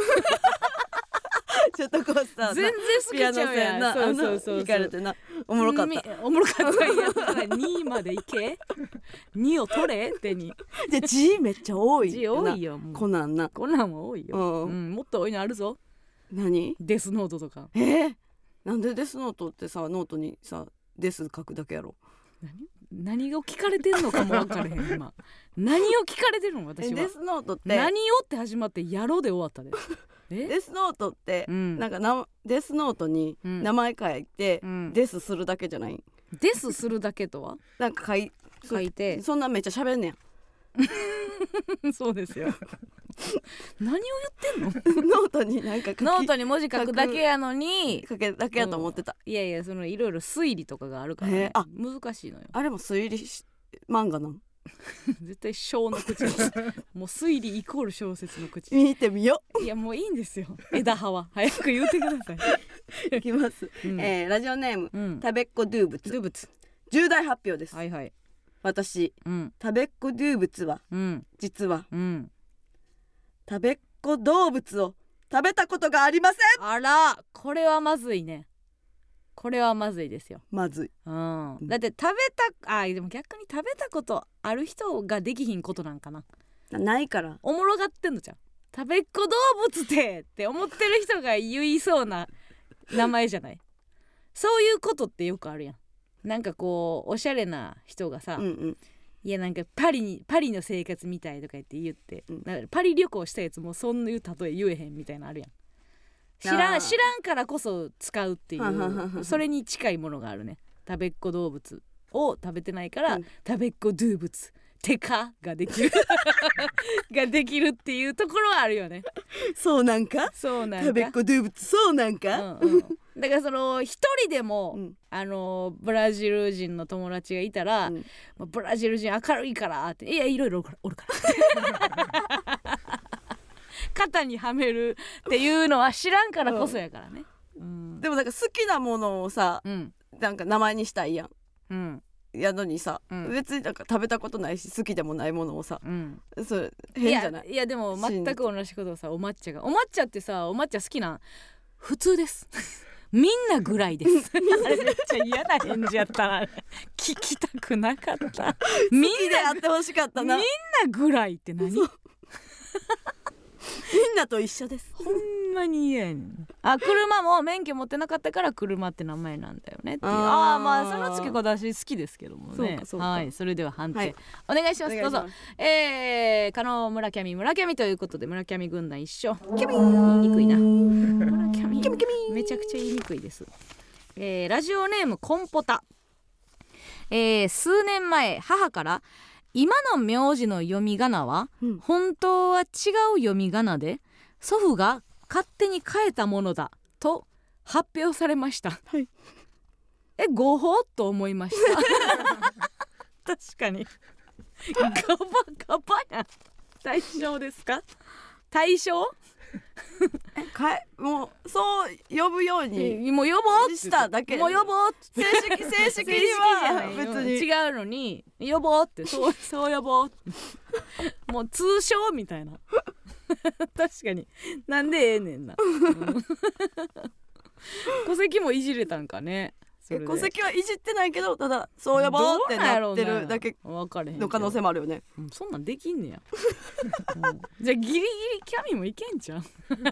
Speaker 1: ちょっとコースターな
Speaker 2: 全然好き
Speaker 1: ピアノ
Speaker 2: ちゃうや
Speaker 1: 線
Speaker 2: ん
Speaker 1: な
Speaker 2: そうそううそう
Speaker 1: 引かれてなおもろかった
Speaker 2: たおもろかったやったら2までい け2を取れ手に
Speaker 1: で G めっちゃ多い
Speaker 2: 字多いよもう
Speaker 1: コナンな
Speaker 2: コナンは多いよ、
Speaker 1: うん
Speaker 2: うん、もっと多いのあるぞ
Speaker 1: 何
Speaker 2: デスノートとか
Speaker 1: えー、なんでデスノートってさノートにさデス書くだけやろ
Speaker 2: 何を聞かれてんのかも分からへん今何を聞かれてるの
Speaker 1: え
Speaker 2: 私は
Speaker 1: デスノートって
Speaker 2: 何をって始まってやろうで終わ ったでえ
Speaker 1: デスノートって、
Speaker 2: うん
Speaker 1: なんかなデスノートに
Speaker 2: うん
Speaker 1: 名前書いて、
Speaker 2: うん
Speaker 1: デスするだけじゃない
Speaker 2: デスするだけとは
Speaker 1: なんか書い
Speaker 2: 書 いて
Speaker 1: そんなめっちゃ喋んねん
Speaker 2: そうですよ 何を言ってんの
Speaker 1: ノートになんか書き
Speaker 2: ノートに文字書くだけやのに
Speaker 1: 書けだけやと思ってた、
Speaker 2: いやいやそのいろいろ推理とかがあるからね、
Speaker 1: へえあ
Speaker 2: 難しいのよ
Speaker 1: あれも推理し漫画なん
Speaker 2: 絶対小の 口ですもう推理イコール小説の口
Speaker 1: 見てみよ
Speaker 2: いやもういいんですよ枝葉は早く言うてくだ さい、
Speaker 1: ういきます、
Speaker 2: うん
Speaker 1: えーラジオネーム
Speaker 2: うん、
Speaker 1: 食べっ子ドゥーブツ
Speaker 2: 動物
Speaker 1: 重大発表です、
Speaker 2: はいはい
Speaker 1: 私
Speaker 2: うん
Speaker 1: 食べっ子ドゥーブツは
Speaker 2: うん
Speaker 1: 実は
Speaker 2: うん
Speaker 1: 食べっ子動物を食べたことがありません
Speaker 2: あらこれはまずいねこれはまずいですよ
Speaker 1: まずい
Speaker 2: うん、だって食べたあでも逆に食べたことある人ができひんことなんかな
Speaker 1: なないから
Speaker 2: おもろがってんのじゃん食べっ子動物ってって思ってる人が言いそうな名前じゃないそういうことってよくあるやんなんかこうおしゃれな人がさ、
Speaker 1: うんうん
Speaker 2: いやなんかパリにパリの生活みたいとか言って言って、
Speaker 1: うん
Speaker 2: なんかパリ旅行したやつもそんな言う例え言えへんみたいなのあるやん知ら
Speaker 1: あ
Speaker 2: ん
Speaker 1: ー
Speaker 2: 知らんからこそ使うってい
Speaker 1: はんはんはんは
Speaker 2: うんそれに近いものがあるね食べっ子動物を食べてないから、
Speaker 1: うん
Speaker 2: 食べっ子動物てかができる ができるっていうところはあるよね
Speaker 1: そうなんか
Speaker 2: そうなんか
Speaker 1: 食べっ子動物そうなん
Speaker 2: う
Speaker 1: か、
Speaker 2: んうん、だからその一人でも、
Speaker 1: うん
Speaker 2: あのブラジル人の友達がいたら、
Speaker 1: うん
Speaker 2: まあブ ラジル人明るいからっていやいろいろおるからおるから肩にはめるっていうのは知らんからこそやからねうん
Speaker 1: でもなんか好きなものをさ
Speaker 2: うん
Speaker 1: なんか名前にしたいやん
Speaker 2: うん
Speaker 1: やのにさ、
Speaker 2: うん
Speaker 1: 別になんか食べたことないし好きでもないものをさ
Speaker 2: うん
Speaker 1: それ変じゃない
Speaker 2: やいやでも
Speaker 1: 信
Speaker 2: 全
Speaker 1: じて
Speaker 2: く同じことをさお抹茶がお抹茶ってさお抹茶好きなん普通です みんなぐらい ですあれめっちゃ嫌な返事やったな聞きたくなかったみん
Speaker 1: 好きであってほしかった
Speaker 2: な
Speaker 1: な
Speaker 2: み
Speaker 1: み
Speaker 2: んなぐらいって何ほ
Speaker 1: んなと一緒です
Speaker 2: んまに嫌やねんあ車も免許持ってなかったから車って名前なんだよねっていう
Speaker 1: あー
Speaker 2: ああまあその付け方私好きですけども
Speaker 1: そう
Speaker 2: ね
Speaker 1: かそうか
Speaker 2: はいそれでは判定、
Speaker 1: はい
Speaker 2: お願いし
Speaker 1: お
Speaker 2: ま
Speaker 1: 願い
Speaker 2: すどう
Speaker 1: し
Speaker 2: ぞ
Speaker 1: ます
Speaker 2: えー、加納村キャミ村キャミということで村キャミ軍団一緒言いにくいな村キャミめちゃくちゃ言いにくいです、えー、ラジオネームコンポタ、えー、数年前母から今の名字の読み仮名は
Speaker 5: うん
Speaker 2: 本当は違う読み仮名で祖父が勝手に変えたものだと発表されました、
Speaker 5: はい
Speaker 2: え誤報と思いました 確かにガバガバやん対象ですか対象
Speaker 1: かえもうそう呼ぶように
Speaker 2: もう呼ぼう
Speaker 1: しただけ
Speaker 2: もう呼ぼうって
Speaker 1: 正式正式には別に
Speaker 2: 違うのに呼ぼうってそうそう呼ぼうもう通称みたいな確かになんでええねんな戸籍もいじれたんかねそれで
Speaker 1: 戸籍はいじってないけどただそう呼ばうってなってるだけ
Speaker 2: どうなんやろうな分かれへんけど
Speaker 1: の可能性もあるよね
Speaker 2: うんそんなんできんねや、うんじゃあギリギリキャミもいけんじゃん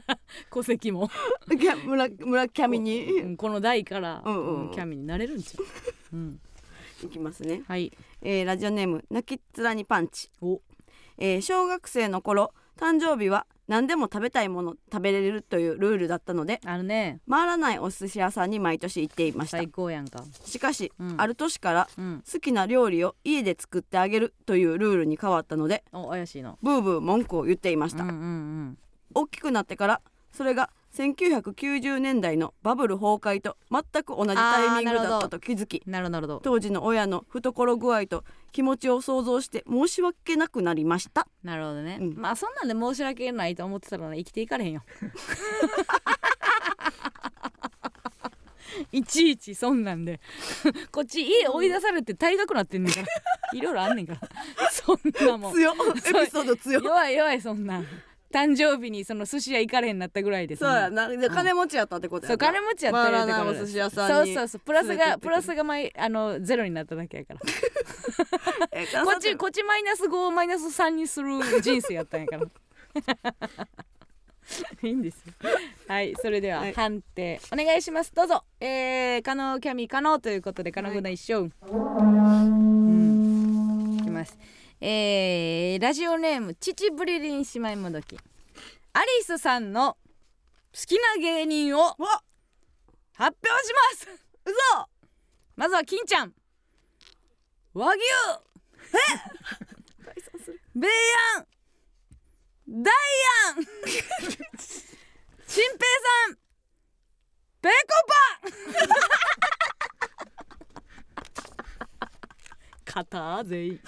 Speaker 2: 戸籍も
Speaker 1: いや村村キャミ
Speaker 2: う
Speaker 1: に
Speaker 2: んこの代から、
Speaker 1: うんうんうん
Speaker 2: うんキャミになれるんじゃう、うん、
Speaker 1: 行きますね
Speaker 2: はい
Speaker 1: えーラジオネーム泣きっ面にパンチ
Speaker 2: お、
Speaker 1: えー小学生の頃誕生日は何でも食べたいもの食べれるというルールだったので
Speaker 2: あるね
Speaker 1: 回らないお寿司屋さんに毎年行っていました
Speaker 2: 最高やんか
Speaker 1: しかし、
Speaker 2: うん
Speaker 1: ある年から
Speaker 2: うん
Speaker 1: 好きな料理を家で作ってあげるというルールに変わったので
Speaker 2: お怪しいな
Speaker 1: ブーブー文句を言っていまし
Speaker 2: うん
Speaker 1: た、
Speaker 2: うんうん
Speaker 1: 大きくなってからそれが1990年代のバブル崩壊と全く同じタイミングだったと気づき
Speaker 2: なるほどなるほど
Speaker 1: 当時の親の懐具合と気持ちを想像して申し訳なくなりました
Speaker 2: なるほどね、
Speaker 1: うん
Speaker 2: まあそんなんで申し訳ないと思ってたらね生きてい かれへんよいちいちそんなんでこっち家追い出されて退学なってんねんから いろいろあんねんからそんなもん
Speaker 1: 強っエピソード強っ
Speaker 2: 弱い弱いそんなん誕生日にその寿司屋行かれへんなったぐらいで
Speaker 1: そうや
Speaker 2: んな
Speaker 1: なで金持ちやったってことや
Speaker 2: そう
Speaker 1: な
Speaker 2: 金持ちやった
Speaker 1: 回らないお寿司屋さんに
Speaker 2: そうそうそうプラス
Speaker 1: 連れてって
Speaker 2: が
Speaker 1: く
Speaker 2: プラスがマイあのゼロになっただけやから
Speaker 1: え金
Speaker 2: こ
Speaker 1: 持
Speaker 2: っちこっちマイナス5をマイナス3にする人生やったんやから いいんですよはいそれで
Speaker 1: は
Speaker 2: はい判定お願いしますどうぞえー、可能キャミ可能ということで可能軍団一緒、うん、いきますえー、ラジオネーム父ブリリン姉妹もどきアリスさんの好きな芸人を
Speaker 1: わ
Speaker 2: 発表します
Speaker 1: うそ
Speaker 2: まずは金ちゃん和牛えベイアンダイアン新平さんペコパ肩全 員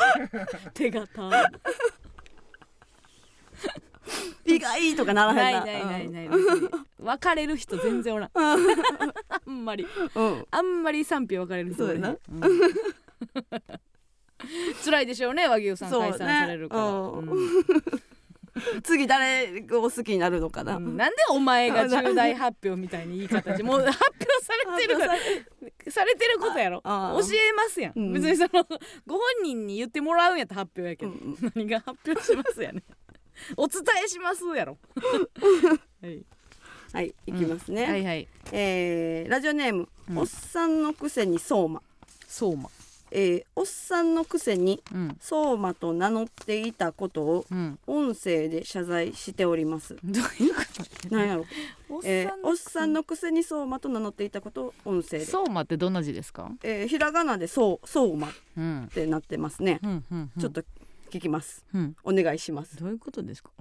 Speaker 2: 手形
Speaker 1: 意外とかなら
Speaker 2: な
Speaker 1: へ
Speaker 2: い
Speaker 1: んな
Speaker 2: ないないないい 分かれる人全然おらんあんまり
Speaker 1: うん
Speaker 2: あんまり賛否分かれる人おらへん
Speaker 1: そうやな
Speaker 2: うん辛いでしょうね和牛さん
Speaker 1: そう
Speaker 2: 解
Speaker 1: ね
Speaker 2: 散されるから、
Speaker 1: うん
Speaker 2: うん
Speaker 1: 次誰を好きになるのかな、
Speaker 2: うんなんでお前が重大発表みたいに言い方でもう発表されてるからされてることやろ教
Speaker 1: ああ
Speaker 2: えますやん、
Speaker 1: うん
Speaker 2: 別にそのご本人に言ってもらうんやったら発表やけど、何が発表しますやねん お伝えしますやろ、はい、
Speaker 1: はい行きますね、
Speaker 2: はいはい
Speaker 1: えーラジオネーム、
Speaker 2: うん
Speaker 1: おっさんのくせに相馬、
Speaker 2: 相馬
Speaker 1: えーおっさんのくせに
Speaker 2: うん
Speaker 1: 相馬と名乗っていたことを
Speaker 2: うん
Speaker 1: 音声で謝罪しております
Speaker 2: どういうこと
Speaker 1: なんやろ、
Speaker 2: おっさん
Speaker 1: えーおっさん
Speaker 2: の
Speaker 1: のくせに相馬と名乗っていたことを音声で、
Speaker 2: 相馬ってどんな字ですか
Speaker 1: えーひらがなでそう相馬っ
Speaker 2: うん
Speaker 1: てなってますね、
Speaker 2: うんうんうん
Speaker 1: ちょっと聞きます
Speaker 2: うん
Speaker 1: お願いします
Speaker 2: どういうことですか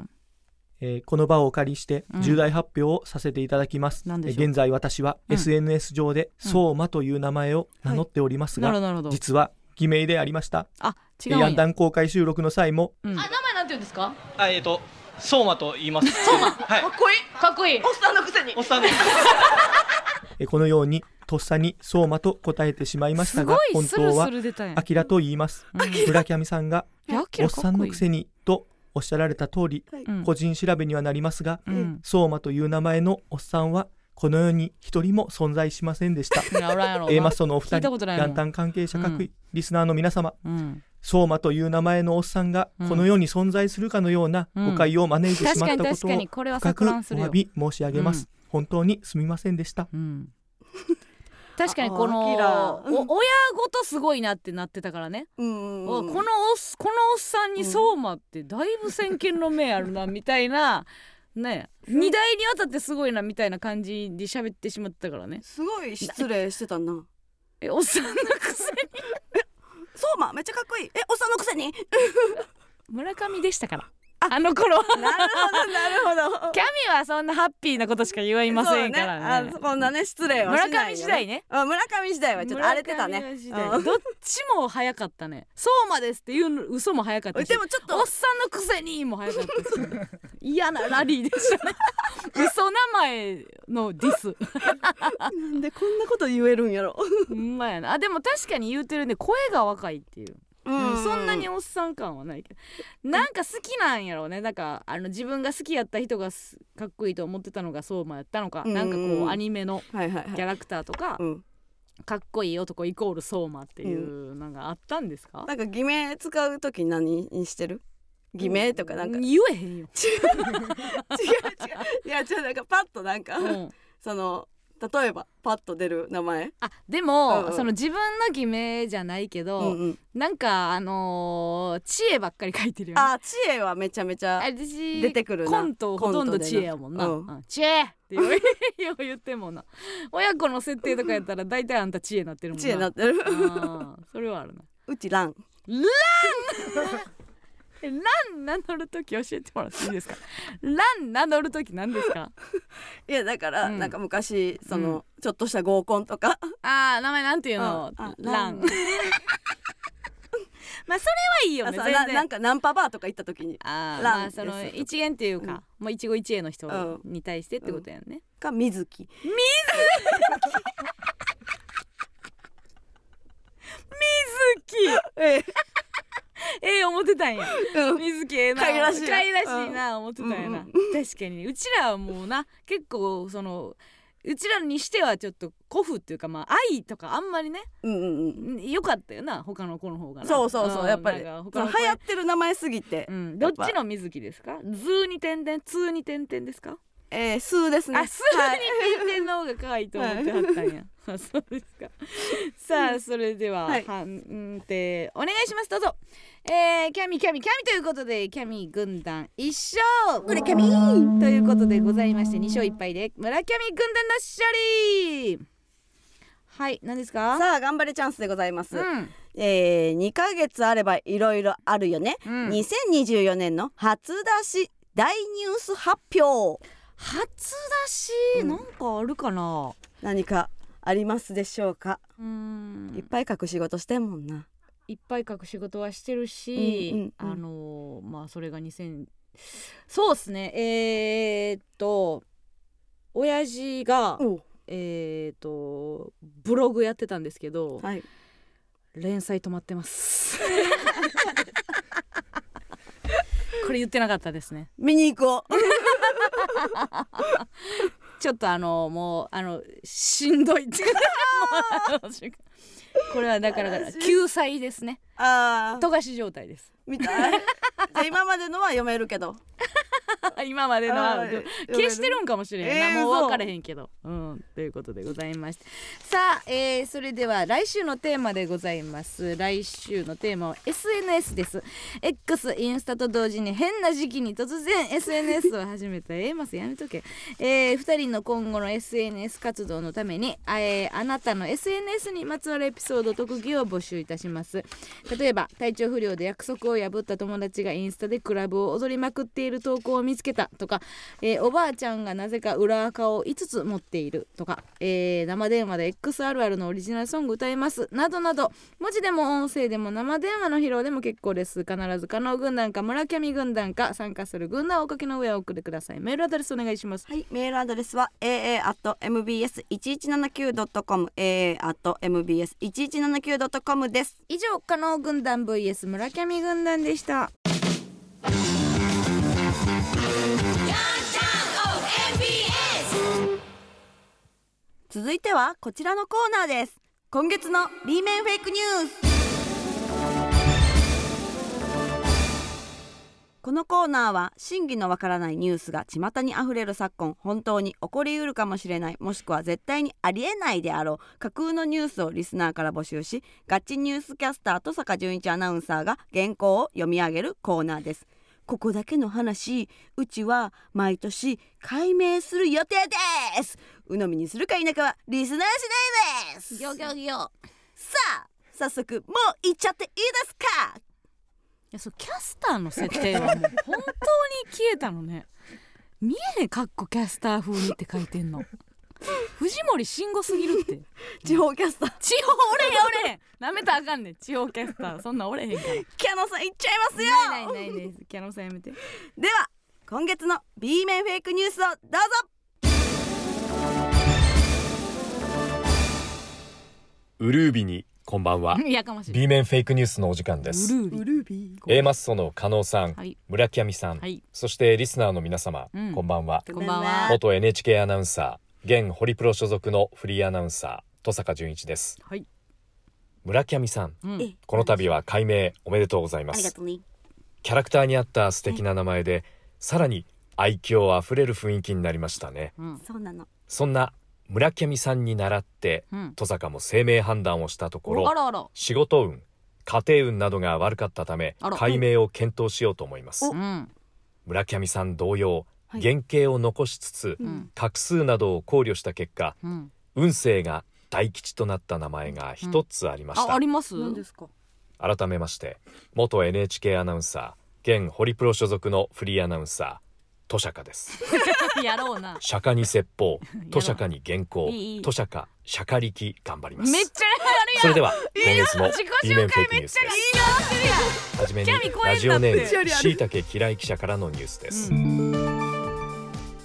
Speaker 6: えーこの場をお借りして
Speaker 2: うん
Speaker 6: 重大発表をさせていただきます、
Speaker 2: 何で
Speaker 6: え
Speaker 2: しょう
Speaker 6: ー現在私は
Speaker 2: うん
Speaker 6: SNS 上で相馬という名前を名乗っておりますが、
Speaker 2: なるほどなるほど
Speaker 6: 実は偽名でありました
Speaker 2: あ違うん
Speaker 6: ヤ
Speaker 2: や
Speaker 6: ンダン公開収録の際も
Speaker 2: うん
Speaker 7: あ名前なんて言うんですか
Speaker 8: あえっ、と
Speaker 9: 相馬と言い ます。相馬。はい。
Speaker 2: かっこいい
Speaker 1: おっさんのくせに
Speaker 9: おっさんです。
Speaker 6: えこのようにとっさに相馬と答えてしまいまし
Speaker 2: す
Speaker 6: たが
Speaker 2: ごい
Speaker 6: 本
Speaker 2: スル
Speaker 6: 当
Speaker 2: ス
Speaker 6: は
Speaker 2: ル出たんや
Speaker 6: アキラと言います村上さんが
Speaker 2: いやアキ
Speaker 6: お
Speaker 2: ラ
Speaker 6: っ
Speaker 2: か
Speaker 6: さん
Speaker 2: こ
Speaker 6: の
Speaker 2: いい
Speaker 6: くせにとおっしゃられた通り
Speaker 2: うん
Speaker 6: 個人調べにはなりますが
Speaker 2: うん
Speaker 6: 相馬という名前のおっさんはこの世に一人も存在しませんで した
Speaker 2: いやおらんやろ
Speaker 6: A マストのお
Speaker 2: 聞
Speaker 6: 二
Speaker 2: いた
Speaker 6: 人
Speaker 2: ことないもん
Speaker 6: 元旦関係者各
Speaker 2: う
Speaker 6: 位リスナーの皆様
Speaker 2: うん
Speaker 6: 相馬という名前のおっさんが
Speaker 2: うん
Speaker 6: この世に存在するかのような
Speaker 2: うん
Speaker 6: 誤解を招いてし
Speaker 2: 確
Speaker 6: ま
Speaker 2: か
Speaker 6: っ
Speaker 2: に
Speaker 6: たこ
Speaker 2: 確
Speaker 6: と
Speaker 2: か
Speaker 6: を
Speaker 2: にこれは
Speaker 6: 深く
Speaker 2: 錯
Speaker 6: お
Speaker 2: 乱する
Speaker 6: 詫
Speaker 2: よ
Speaker 6: び申し上げます、本当にすみませんでした
Speaker 2: うん確かにこの
Speaker 1: あアキラ
Speaker 2: お親ごとすごいなってなってたからね、
Speaker 1: うん
Speaker 2: おこのおっすこのおっさんに相馬ってだいぶ先見の明あるなみた いなね二代にわたってすごいなみたいな感じで喋ってしまったからね
Speaker 1: すごい失礼してたな
Speaker 2: えおっさんのく せに
Speaker 1: そうまめっちゃかっこいいえおっさんのくせに
Speaker 2: 村上でしたからあの頃は
Speaker 1: なるほどなる ほど
Speaker 2: キャミはそんなハッピーなことしか言いませんからね
Speaker 1: そうあこんなね失礼はし
Speaker 2: 村
Speaker 1: ないよ、ね、
Speaker 2: 上時代ね
Speaker 1: あ村上時代はちょっと荒れてた
Speaker 2: 村
Speaker 1: ね
Speaker 2: 上時代
Speaker 1: うん
Speaker 2: どっちも早かったねそうまですっていうの嘘も早かったし
Speaker 1: でもちょっと
Speaker 2: おっさんのくせにも早かったし嫌なラリーでしたね 嘘名前のディス
Speaker 1: なんでこんなこと言えるんやろ、
Speaker 2: ほんまやなあでも確かに言うてるね声が若いってい
Speaker 1: う
Speaker 2: う、そんなにおっさん感はないけどなんか好きなんやろうねなんかあの自分が好きやった人がすかっこいいと思ってたのがそうまやったのか、
Speaker 1: うん
Speaker 2: なんかこうアニメの
Speaker 1: はいはい
Speaker 2: キ
Speaker 1: は
Speaker 2: ャ
Speaker 1: い
Speaker 2: ラクターとか、
Speaker 1: うん
Speaker 2: かっこいい男イコール相馬っていうのがあったんですか、
Speaker 1: なんか偽名使うとき何にしてる偽名とかなんか、違う
Speaker 2: 言えへんよ、
Speaker 1: 違ういやちょっとなんかパッとなんか、
Speaker 2: うん、
Speaker 1: その例えばパッと出る名前
Speaker 2: あでも、
Speaker 1: うんうん
Speaker 2: その自分の偽名じゃないけど、
Speaker 1: うんうん
Speaker 2: なんかあのー知恵ばっかり書いてるよね
Speaker 1: あ知恵はめちゃめちゃ
Speaker 2: あ私
Speaker 1: 出てくるな
Speaker 2: コントほとん
Speaker 1: コ
Speaker 2: ど
Speaker 1: ントでな
Speaker 2: 知恵やもんな
Speaker 1: う
Speaker 2: 「
Speaker 1: ん
Speaker 2: うん知恵!」 ってよよう言ってんもんな親子の設定とかやったら大体あんた知恵なってるもんな
Speaker 1: 知恵なってる
Speaker 2: うんそれはあるな
Speaker 1: うちらん
Speaker 2: えラン名乗る時教えてもらっていい ですかラン名乗る時何ですか
Speaker 1: いやだから、
Speaker 2: うん
Speaker 1: なんか昔その、ちょっとした合コンとか
Speaker 2: あー名前なんていうの、
Speaker 1: うんあ
Speaker 2: ラ
Speaker 1: ラ
Speaker 2: ン
Speaker 1: ン
Speaker 2: まあそれはいいよ
Speaker 1: あ
Speaker 2: ね
Speaker 1: そう
Speaker 2: 全
Speaker 1: な
Speaker 2: 然
Speaker 1: なんかナンパバーとか行った時に
Speaker 2: あー
Speaker 1: ラン
Speaker 2: まあその
Speaker 1: です
Speaker 2: 一元っていうか、もう一期一会の
Speaker 1: う
Speaker 2: 人
Speaker 1: ん
Speaker 2: に対してってことやんね、
Speaker 1: か水木
Speaker 2: 水木 ええ思ってたんや
Speaker 1: うん
Speaker 2: 水木ええな
Speaker 1: かいらしいな
Speaker 2: かいらしいな思ってたんやな、
Speaker 1: うん
Speaker 2: 確かにねうちらはもうな結構そのうちらにしてはちょっと古風っていうかまあ愛とかあんまりね
Speaker 1: うんうんうん
Speaker 2: ん良かったよな他の子の方がな
Speaker 1: そうそうそう、
Speaker 2: ん
Speaker 1: やっぱり
Speaker 2: なんか
Speaker 1: その
Speaker 2: 他の
Speaker 1: 流
Speaker 2: 子に
Speaker 1: 行ってる名前すぎて、
Speaker 2: うん、ど
Speaker 1: や
Speaker 2: っ
Speaker 1: っぱ
Speaker 2: ちの水木ですかズーに点々ツーに点々ですか
Speaker 1: えー、数ですね
Speaker 2: あ、すぐに天の方が可愛いと思ってはったんや。あそうです か。さあ、それでは、は、
Speaker 1: はいい
Speaker 2: 判定お願いします。どうぞ。えー、キャミキャミキャミということで、キャミ軍団一勝。村キャミということでございまして、二勝一敗で村キャミ軍団の勝利。はい、何ですか。
Speaker 1: さあ頑張れチャンスでございます、
Speaker 2: うん、
Speaker 1: えー、2ヶ月あればいろいろあるよね、
Speaker 2: うん
Speaker 1: 2024年の初出し大ニュース発表
Speaker 2: 初出し、なんかあるかな。
Speaker 1: 何かありますでしょうか、
Speaker 2: うーん
Speaker 1: いっぱい書く仕事してんもんない
Speaker 2: っぱい書く仕事はしてるし、
Speaker 1: うんうんうん
Speaker 2: あのーまあそれが2000そうですねえー、っと親父が
Speaker 1: おう
Speaker 2: えー、っとブログやってたんですけど、
Speaker 1: はい
Speaker 2: 連載止まってますこれ言ってなかったですね
Speaker 1: 見に行こう
Speaker 2: ちょっとあのもうあのし んどいってもうあのこれはだから救済ですね
Speaker 1: あー
Speaker 2: 富樫状態です
Speaker 1: みたいじゃあ今までのは読めるけど
Speaker 2: 今までの
Speaker 1: あ
Speaker 2: は
Speaker 1: ー読める
Speaker 2: 消してるんかもしれへ
Speaker 1: え
Speaker 2: んな、
Speaker 1: ー
Speaker 2: もう
Speaker 1: そう
Speaker 2: 分からへんけど。うん、ということでございましてさあ、えーそれでは来週のテーマでございます来週のテーマは SNS です X インスタと同時に変な時期に突然 SNS を始めた A マスやめとけ、えー、2人の今後の SNS 活動のために、えーあなたの SNS にまつわるエピソード特技を募集いたします例えば体調不良で約束を破った友達がインスタでクラブを踊りまくっている投稿を見つけ
Speaker 10: たとか、えーおばあちゃんがなぜか裏垢を5つ持っているとか、えー生電話で XRR のオリジナルソング歌いますなどなど文字でも音声でも生電話の披露でも結構です必ず加納軍団か村上軍団か参加する軍団をおかけの上を送ってくださいメールアドレスお願いします
Speaker 1: はい、メールアドレスは aa.mbs1179.com aa.mbs1179.com です。
Speaker 10: 以上加納軍団 VS 村上軍団でした
Speaker 1: 続いてはこちらのコーナーです。今月のリーメンフェイクニュース。このコーナーは真偽のわからないニュースが巷にあふれる昨今本当に起こりうるかもしれないもしくは絶対にありえないであろう架空のニュースをリスナーから募集しガチニュースキャスターと坂淳一アナウンサーが原稿を読み上げるコーナーですここだけの話うちは毎年改名する予定です鵜呑みにするか否かはリスナー次第です
Speaker 10: ギョギョ
Speaker 1: さあ早速もう行っちゃっていいですか
Speaker 10: いやそうキャスターの設定はもう本当に消えたのね見えへんかっこキャスター風にって書いてんの藤森慎吾すぎるって
Speaker 1: 地方キャスター
Speaker 10: 地方おれへんおれへんなめたらあかんねん地方キャスターそんなんおれへんから
Speaker 1: キャノさん行っちゃいますよ
Speaker 10: ないないないですキャノンさんやめて
Speaker 1: では今月の B 面フェイクニュースをどうぞ
Speaker 11: ウルービにこんばんは
Speaker 10: やかましい
Speaker 11: B 面フェイクニュースのお時間です
Speaker 10: ウルーリ
Speaker 11: A マッソの加納さん、
Speaker 10: はい
Speaker 11: 村上さん、
Speaker 10: はい
Speaker 11: そしてリスナーの皆様、
Speaker 10: うん
Speaker 11: こんばんは
Speaker 10: こんばんは
Speaker 11: 元 NHK アナウンサー現ホリプロ所属のフリーアナウンサー戸坂純一です
Speaker 10: はい、
Speaker 11: 村上さん
Speaker 10: うん、
Speaker 1: え
Speaker 11: この度は改名おめでとうございます
Speaker 1: うね
Speaker 11: キャラクターに合った素敵な名前で、さらに愛嬌あふれる雰囲気になりましたね
Speaker 10: うん
Speaker 1: そうなの
Speaker 11: そんな村上さんに倣って
Speaker 10: うん
Speaker 11: 戸坂も生命判断をしたところ
Speaker 10: あらあら
Speaker 11: 仕事運家庭運などが悪かったため
Speaker 10: あら
Speaker 11: 解明を検討しようと思います
Speaker 10: うん
Speaker 11: 村上さん同様
Speaker 1: はい
Speaker 11: 原型を残しつつ
Speaker 10: うん
Speaker 11: 画数などを考慮した結果
Speaker 10: うん
Speaker 11: 運勢が大吉となった名前が一つありまし
Speaker 10: あ
Speaker 11: た
Speaker 10: あります
Speaker 1: ですか
Speaker 11: 改めまして元 NHK アナウンサー現ホリプロ所属のフリーアナウンサートシャカです
Speaker 10: やろうな
Speaker 11: 釈迦に説 法
Speaker 10: う
Speaker 11: トシャカに原稿
Speaker 10: いいいい
Speaker 11: トシャカ釈迦力頑張りま
Speaker 10: めっちゃやる
Speaker 11: す
Speaker 10: やん
Speaker 11: それでは今月の
Speaker 10: 自己
Speaker 11: B 面
Speaker 10: 紹
Speaker 11: フェイ
Speaker 10: 介
Speaker 11: クニュ
Speaker 10: め
Speaker 11: ー
Speaker 10: っ
Speaker 11: ス
Speaker 10: ちゃ
Speaker 11: で
Speaker 10: い
Speaker 11: す
Speaker 10: いなってるやん
Speaker 11: はじめに
Speaker 10: 興味超えんな
Speaker 11: ラジオネ
Speaker 10: って
Speaker 11: ームしいたけ嫌い記者からのニュースです、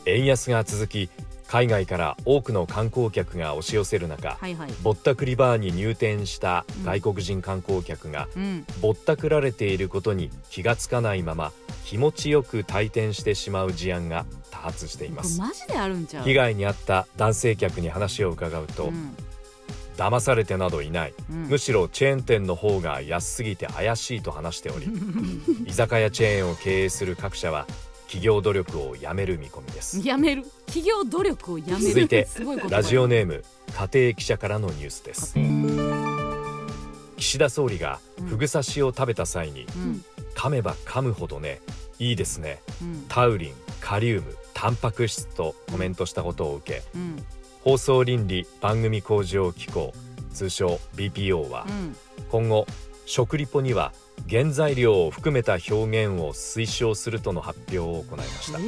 Speaker 11: 円安が続き海外から多くの観光客が押し寄せる中、
Speaker 10: はいはい
Speaker 11: ぼったくりバーに入店した外国人観光客が
Speaker 10: うん
Speaker 11: ぼったくられていることに気がつかないまま気持ちよく退店してしまう事案が多発してい
Speaker 10: こ
Speaker 11: ま
Speaker 10: れ
Speaker 11: す
Speaker 10: マジであるんちゃう
Speaker 11: 被害に遭った男性客に話を伺うと、
Speaker 10: うん
Speaker 11: 騙されてなどいない
Speaker 10: うん
Speaker 11: むしろチェーン店の方が安すぎて怪しいと話しており居酒屋チェーンを経営する各社は企業努力をやめる見込みです
Speaker 10: やめる企業努力をやめる
Speaker 11: 続いて
Speaker 10: すごいこと
Speaker 11: ラジオネーム家庭記者からのニュースです
Speaker 10: 家庭
Speaker 11: 岸田総理が
Speaker 10: うん
Speaker 11: ふぐ刺しを食べた際に
Speaker 10: うん
Speaker 11: 噛めば噛むほどねいいですね
Speaker 10: うん
Speaker 11: タウリンカリウムタンパク質とコメントしたことを受け
Speaker 10: うん
Speaker 11: 放送倫理番組向上機構通称 BPO は、
Speaker 10: うん
Speaker 11: 今後食リポには原材料を含めた表現を推奨するとの発表を行いました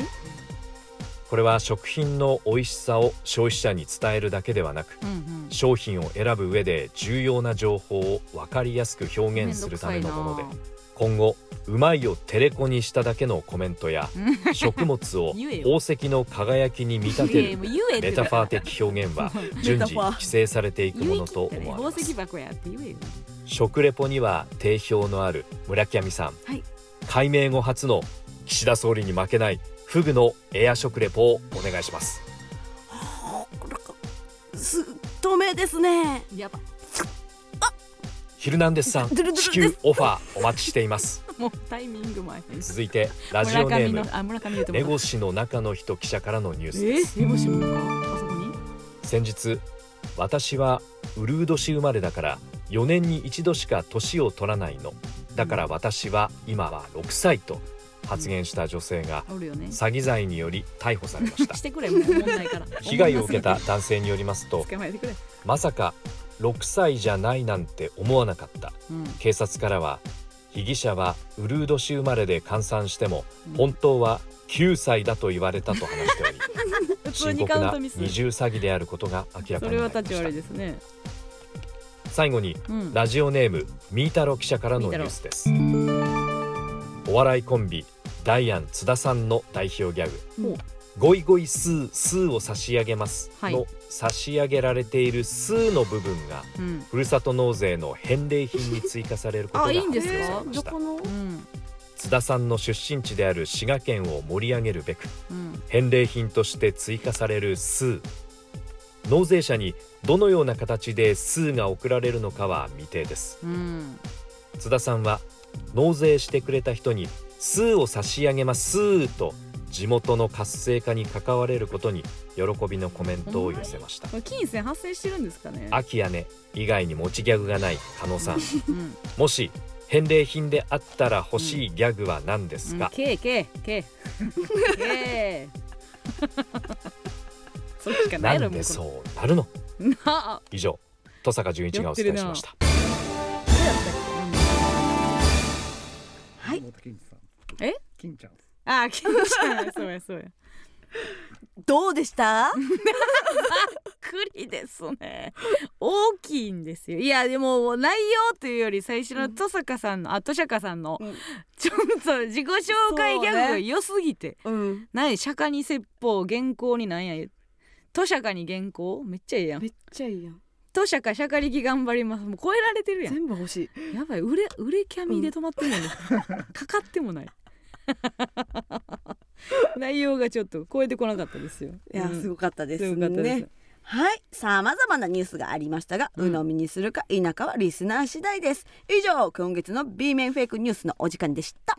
Speaker 11: これは食品の美味しさを消費者に伝えるだけではなく
Speaker 10: うん
Speaker 11: 商品を選ぶ上で重要な情報を分かりやすく表現するためのもので今後「うまい」をテレコにしただけのコメントや食物 を
Speaker 10: 言えよ
Speaker 11: 宝石の輝きに見立
Speaker 10: いやい
Speaker 11: て
Speaker 10: や
Speaker 11: る
Speaker 10: もう言えって
Speaker 11: メタファー的表現は順次規制されていくものと
Speaker 10: 言い切
Speaker 11: 思
Speaker 10: ったね
Speaker 11: われま
Speaker 10: 宝
Speaker 11: す
Speaker 10: 石箱やって言えよ
Speaker 11: 食レポには定評のある村上さん、
Speaker 1: はい
Speaker 11: 改名後初の岸田総理に負けないフグのエア食レポをお願いします
Speaker 1: す透明ですね
Speaker 10: やば
Speaker 11: ヒルナンデスさ ん
Speaker 1: ドゥルドゥル
Speaker 11: 至急オファーお待ちしています
Speaker 10: もうタイミング前
Speaker 11: 続いて ラジオネーム
Speaker 10: 村上のあ村上言うと
Speaker 11: ネ
Speaker 10: 思っ
Speaker 11: ゴシの中の人記者からのニュー
Speaker 10: た
Speaker 11: ス
Speaker 10: え
Speaker 11: です
Speaker 10: ネゴシもかあそこに
Speaker 11: 先日私はウルー年生まれだから4年に一度しか年を取らないのだから私は今は6歳と発言した女性が
Speaker 10: おるよね
Speaker 11: 詐欺罪により逮捕され ました
Speaker 10: してくれもう問題から
Speaker 11: 被害を受けた男性によりますと
Speaker 10: 捕まえてくれ
Speaker 11: まさか6歳じゃないなんて思わなかった
Speaker 10: うん
Speaker 11: 警察からは被疑者はウルード市生まれで換算しても本当は9歳だと言われたと話しており
Speaker 10: 普通
Speaker 11: 深
Speaker 10: に
Speaker 11: 刻
Speaker 10: カウン
Speaker 11: な
Speaker 10: トミス
Speaker 11: 二重詐欺であることが明ら
Speaker 10: そ
Speaker 11: かに
Speaker 10: れ
Speaker 11: な
Speaker 10: は
Speaker 11: りま
Speaker 10: 立ち
Speaker 11: し
Speaker 10: 悪
Speaker 11: た
Speaker 10: いですね
Speaker 11: 最後に
Speaker 10: うん
Speaker 11: ラジオネームみーたろ記者からのニュースですお笑いコンビダイアン津田さんの代表ギャ
Speaker 10: ほう
Speaker 11: グゴイゴイスースーを差し上げます
Speaker 10: はい
Speaker 11: の差し上げられているスーの部分が
Speaker 10: うん
Speaker 11: ふるさと納税の返礼品に追加されることが
Speaker 10: あいい
Speaker 11: 発
Speaker 10: んで
Speaker 11: 表
Speaker 10: す
Speaker 11: さ
Speaker 10: か
Speaker 11: れました
Speaker 10: のうん
Speaker 11: 津田さんの出身地である滋賀県を盛り上げるべく
Speaker 10: うん
Speaker 11: 返礼品として追加される数納税者にどのような形で数が送られるのかは未定です
Speaker 10: うん
Speaker 11: 津田さんは納税してくれた人に数を差し上げますと地元の活性化に関われることに喜びのコメントを寄せました
Speaker 10: これ金銭発生してるんですかね
Speaker 11: 秋やね以外に持ちギャグがない加野さん
Speaker 10: うん
Speaker 11: もし返礼品であったら欲しいギャグは何ですか、
Speaker 10: けいけいけいけいそれしかない
Speaker 11: な
Speaker 10: やろも
Speaker 11: んで
Speaker 10: うこ
Speaker 11: そうなるの
Speaker 10: れな あ
Speaker 11: 以上戸坂純一がお伝えしました
Speaker 4: はい山本金さん
Speaker 10: え
Speaker 4: 金ちゃん
Speaker 10: あ、金ちゃん、そうやそうや。
Speaker 1: どうでした
Speaker 10: 栗ですね。大きいんですよ。いやでも内容というより最初の登坂さんの、あ、登坂さんの、
Speaker 1: うん
Speaker 10: ちょっと自己紹介ギャグが良すぎて、
Speaker 1: うん
Speaker 10: 何釈迦に説法原稿になんや言う。登坂に原稿めっちゃええやん。
Speaker 1: めっちゃいいやん
Speaker 10: 登坂釈迦力頑張ります。もう超えられてるやん。
Speaker 1: 全部欲しい
Speaker 10: やばい、売れ売れキャミで止まってるのに、かかってもない。 内容がちょっと超えてこなかったですよ。
Speaker 1: いや
Speaker 10: うん
Speaker 1: すごかったです
Speaker 10: すごかったです
Speaker 1: ねはいさまざまなニュースがありましたが、
Speaker 10: うん
Speaker 1: 鵜呑みにするか否かはリスナー次第です以上今月の B 面フェイクニュースのお時間でした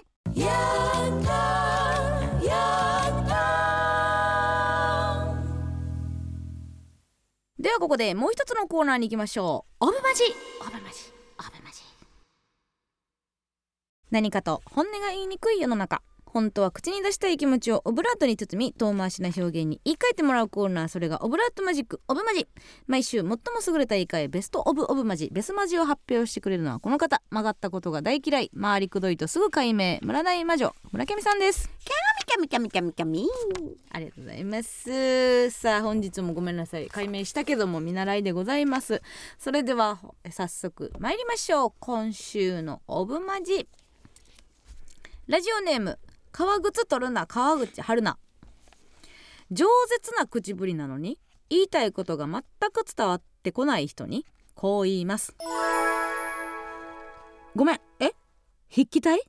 Speaker 10: ではここでもう一つのコーナーに行きましょうオブマジオブマジオブマジ何かと本音が言いにくい世の中本当は口に出したい気持ちをオブラートに包み遠回しな表現に言い換えてもらうコーナーそれがオブラートマジックオブマジ毎週最も優れた言い換えベストオブオブマジベスマジを発表してくれるのはこの方曲がったことが大嫌い周りくどいとすぐ解明村内魔女村上さんです
Speaker 1: キャミキャミキャミキャミ
Speaker 10: ありがとうございます。さあ本日もごめんなさい解明したけども見習いでございます。それではえ早速参りましょう。今週のオブマジラジオネーム革靴取るな川口春奈饒舌な口ぶりなのに言いたいことが全く伝わってこない人にこう言います。ごめんえ筆記体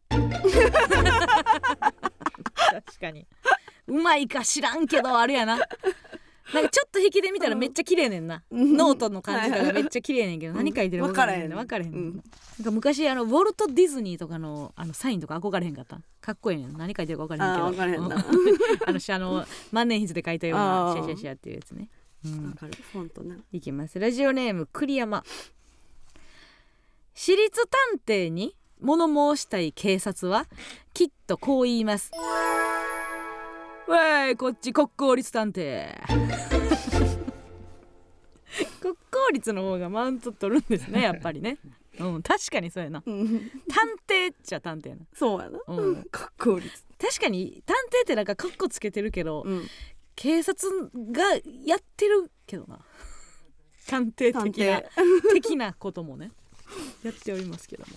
Speaker 10: 確かにうまいか知らんけどあれやななんかちょっと引きで見たらめっちゃ綺麗ねんな、ノートの感じとかめっちゃ綺麗ねんけど、何書いてるか分からへんね分からへんねんな,、んか昔あのウォルト・ディズニーとかのあのサインとか憧れへんかったかっこいいねん何書いてるか分からへんけど
Speaker 1: あー分からへんな
Speaker 10: あのしあの万年筆で書いたよう
Speaker 1: あー
Speaker 10: なシャシャシャっていうやつね、うん
Speaker 1: わかるフォントね
Speaker 10: いきますラジオネーム栗山私立探偵に物申したい警察はきっとこう言いますわーいこっち国公立探偵 国公立の方がマウント取るんですねやっぱりねうん確かにそうやな
Speaker 1: うん
Speaker 10: 探偵っちゃ探偵やな
Speaker 1: そうやな
Speaker 10: うん
Speaker 1: かっこいい
Speaker 10: 確かに探偵ってなんかカッコつけてるけど、
Speaker 1: うん
Speaker 10: 警察がやってるけどな 探偵的な
Speaker 1: 探
Speaker 10: 的なこともねやっておりますけども、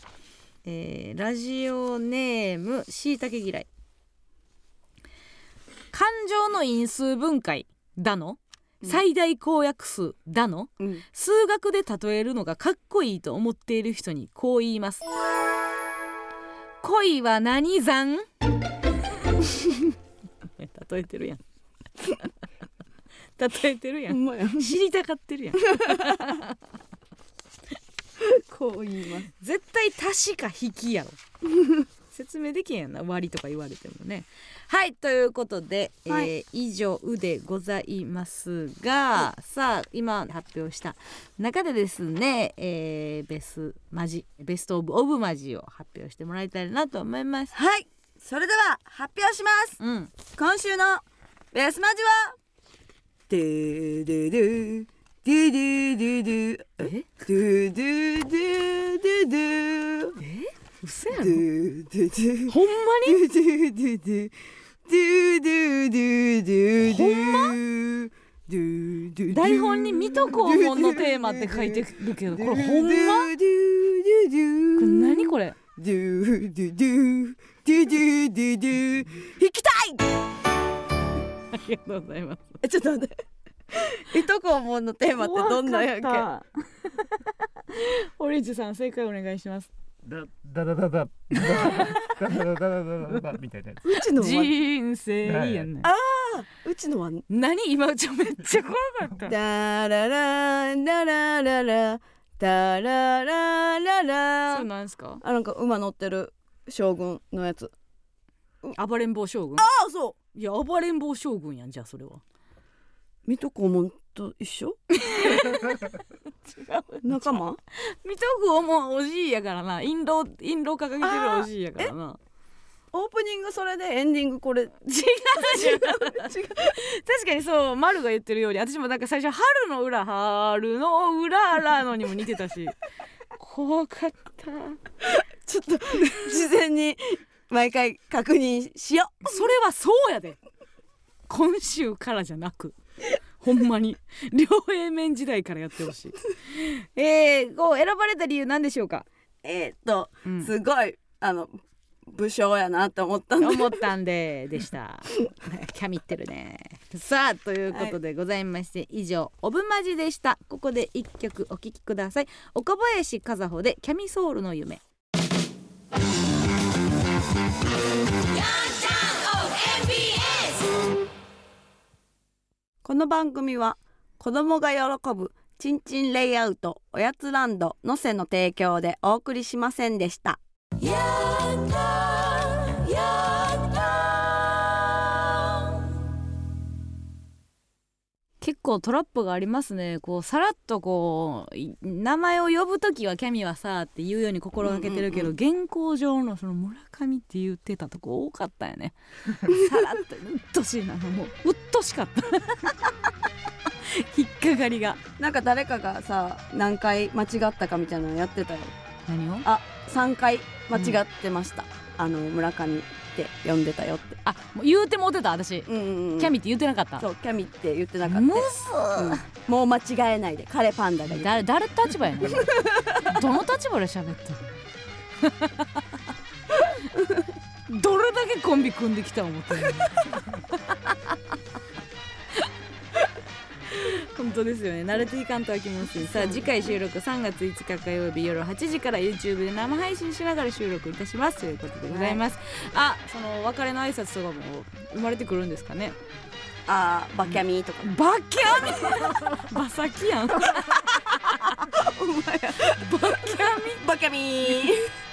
Speaker 10: えーラジオネームしいたけ嫌い感情の因数分解だの最大公約数だの、
Speaker 1: うん
Speaker 10: 数学で例えるのがかっこいいと思っている人にこう言います恋は何算 例えてるやん 例えてるや
Speaker 1: ほ
Speaker 10: ん
Speaker 1: んまや
Speaker 10: 知りたがってるやん
Speaker 1: こう言います
Speaker 10: 絶対足しか引 きやろ説明できへんやんな割とか言われてもねはいということで、
Speaker 1: は
Speaker 10: えー以上でございますが、さあ今発表した中でですね、えーベスマジベストオブオブマジを発表してもらいたいなと思います
Speaker 1: はいそれでは発表します
Speaker 10: うん
Speaker 1: 今週のベスマジはドゥドゥドゥドゥドゥドゥドゥ
Speaker 10: え
Speaker 1: ドゥドゥドゥドゥドゥ
Speaker 10: 嘘や
Speaker 1: ドゥドゥドゥ
Speaker 10: ほんまに
Speaker 1: ドゥドゥドゥドゥドゥドゥドゥドゥドゥドゥドゥ
Speaker 10: 台本に「水戸黄門のテーマ」って書いてるけどこれほんまこ
Speaker 1: ドゥドゥドゥドゥ
Speaker 10: れ何これ
Speaker 1: ドゥドゥドゥドゥドゥドゥドゥ弾きたい
Speaker 10: ありがとうございます
Speaker 1: えちょっと待っていとこものテーマってどんなんやっけ
Speaker 10: オレンジさん正解お願いします
Speaker 4: だだだだだだだだだだだだだみたいなやつ
Speaker 12: うちのは
Speaker 10: 人生やね
Speaker 12: うちのは
Speaker 10: 何今うちょめっちゃ怖かった
Speaker 12: ダラランララララダラララ
Speaker 10: そ
Speaker 12: ラ
Speaker 10: うなんですか
Speaker 12: あなんか馬乗ってる将軍のやつ
Speaker 10: 暴れん坊将軍
Speaker 12: あそう
Speaker 10: いや暴れん坊将軍やんじゃあそれは
Speaker 12: 水戸黄門と一緒仲間
Speaker 10: 水戸黄門おじいやからな印籠印籠掲げてるおじいやからな
Speaker 12: オープニングそれでエンディングこれ
Speaker 10: 違う違う違う確かにそう丸が言ってるように私もなんか最初春の裏春の裏らのにも似てたし 怖かった
Speaker 1: ちょっと事前に毎回確認しよ
Speaker 10: それはそうやで今週からじゃなくほんまに両 A 面時代からやってほしい えー、こう選ばれた理由なんでしょうか、
Speaker 1: うえーっと
Speaker 10: うん
Speaker 1: すごいあの武将やなと思ったんで
Speaker 10: 思ったんででした キャミってるねさあということでございまして、以上オブマジでしたここで一曲お聴きください岡林和穂でキャミソールの夢
Speaker 1: この番組は子供が喜ぶちんちんレイアウトおやつランドのせの提供でお送りしませんでした
Speaker 10: 結構トラップがありますねこうさらっとこうい名前を呼ぶ時はキャミはさって言うように心がけてるけど、現行上のその村上って言ってたとこ多かった よねさらっとうっとうしいなもううっとうしかった 引っかかりが
Speaker 1: なんか誰かがさ何回間違ったかみたいなのやってたよ
Speaker 10: 何を
Speaker 1: あ3回間違ってました、あの村上って呼んでたよって
Speaker 10: あもう言うてもうてた私、
Speaker 1: うんうんうん
Speaker 10: キャミって言ってなかった
Speaker 1: そうキャミって言ってなかっ
Speaker 10: む
Speaker 1: た、うんもう間違えないで彼パンダが言
Speaker 10: ず
Speaker 1: う
Speaker 10: 誰誰立場や ねんどの立場で喋ってるどれだけコンビ組んできた思ってんの 本当ですよね慣れていかんとはきますねさあ次回収録3月5日火曜日夜8時から YouTube で生配信しながら収録いたしますということでございます、あそのお別れの挨拶とかも生まれてくるんですかね
Speaker 1: あーバキャミとか
Speaker 10: バキ ャミバサキやんバキャミ
Speaker 1: バキャミー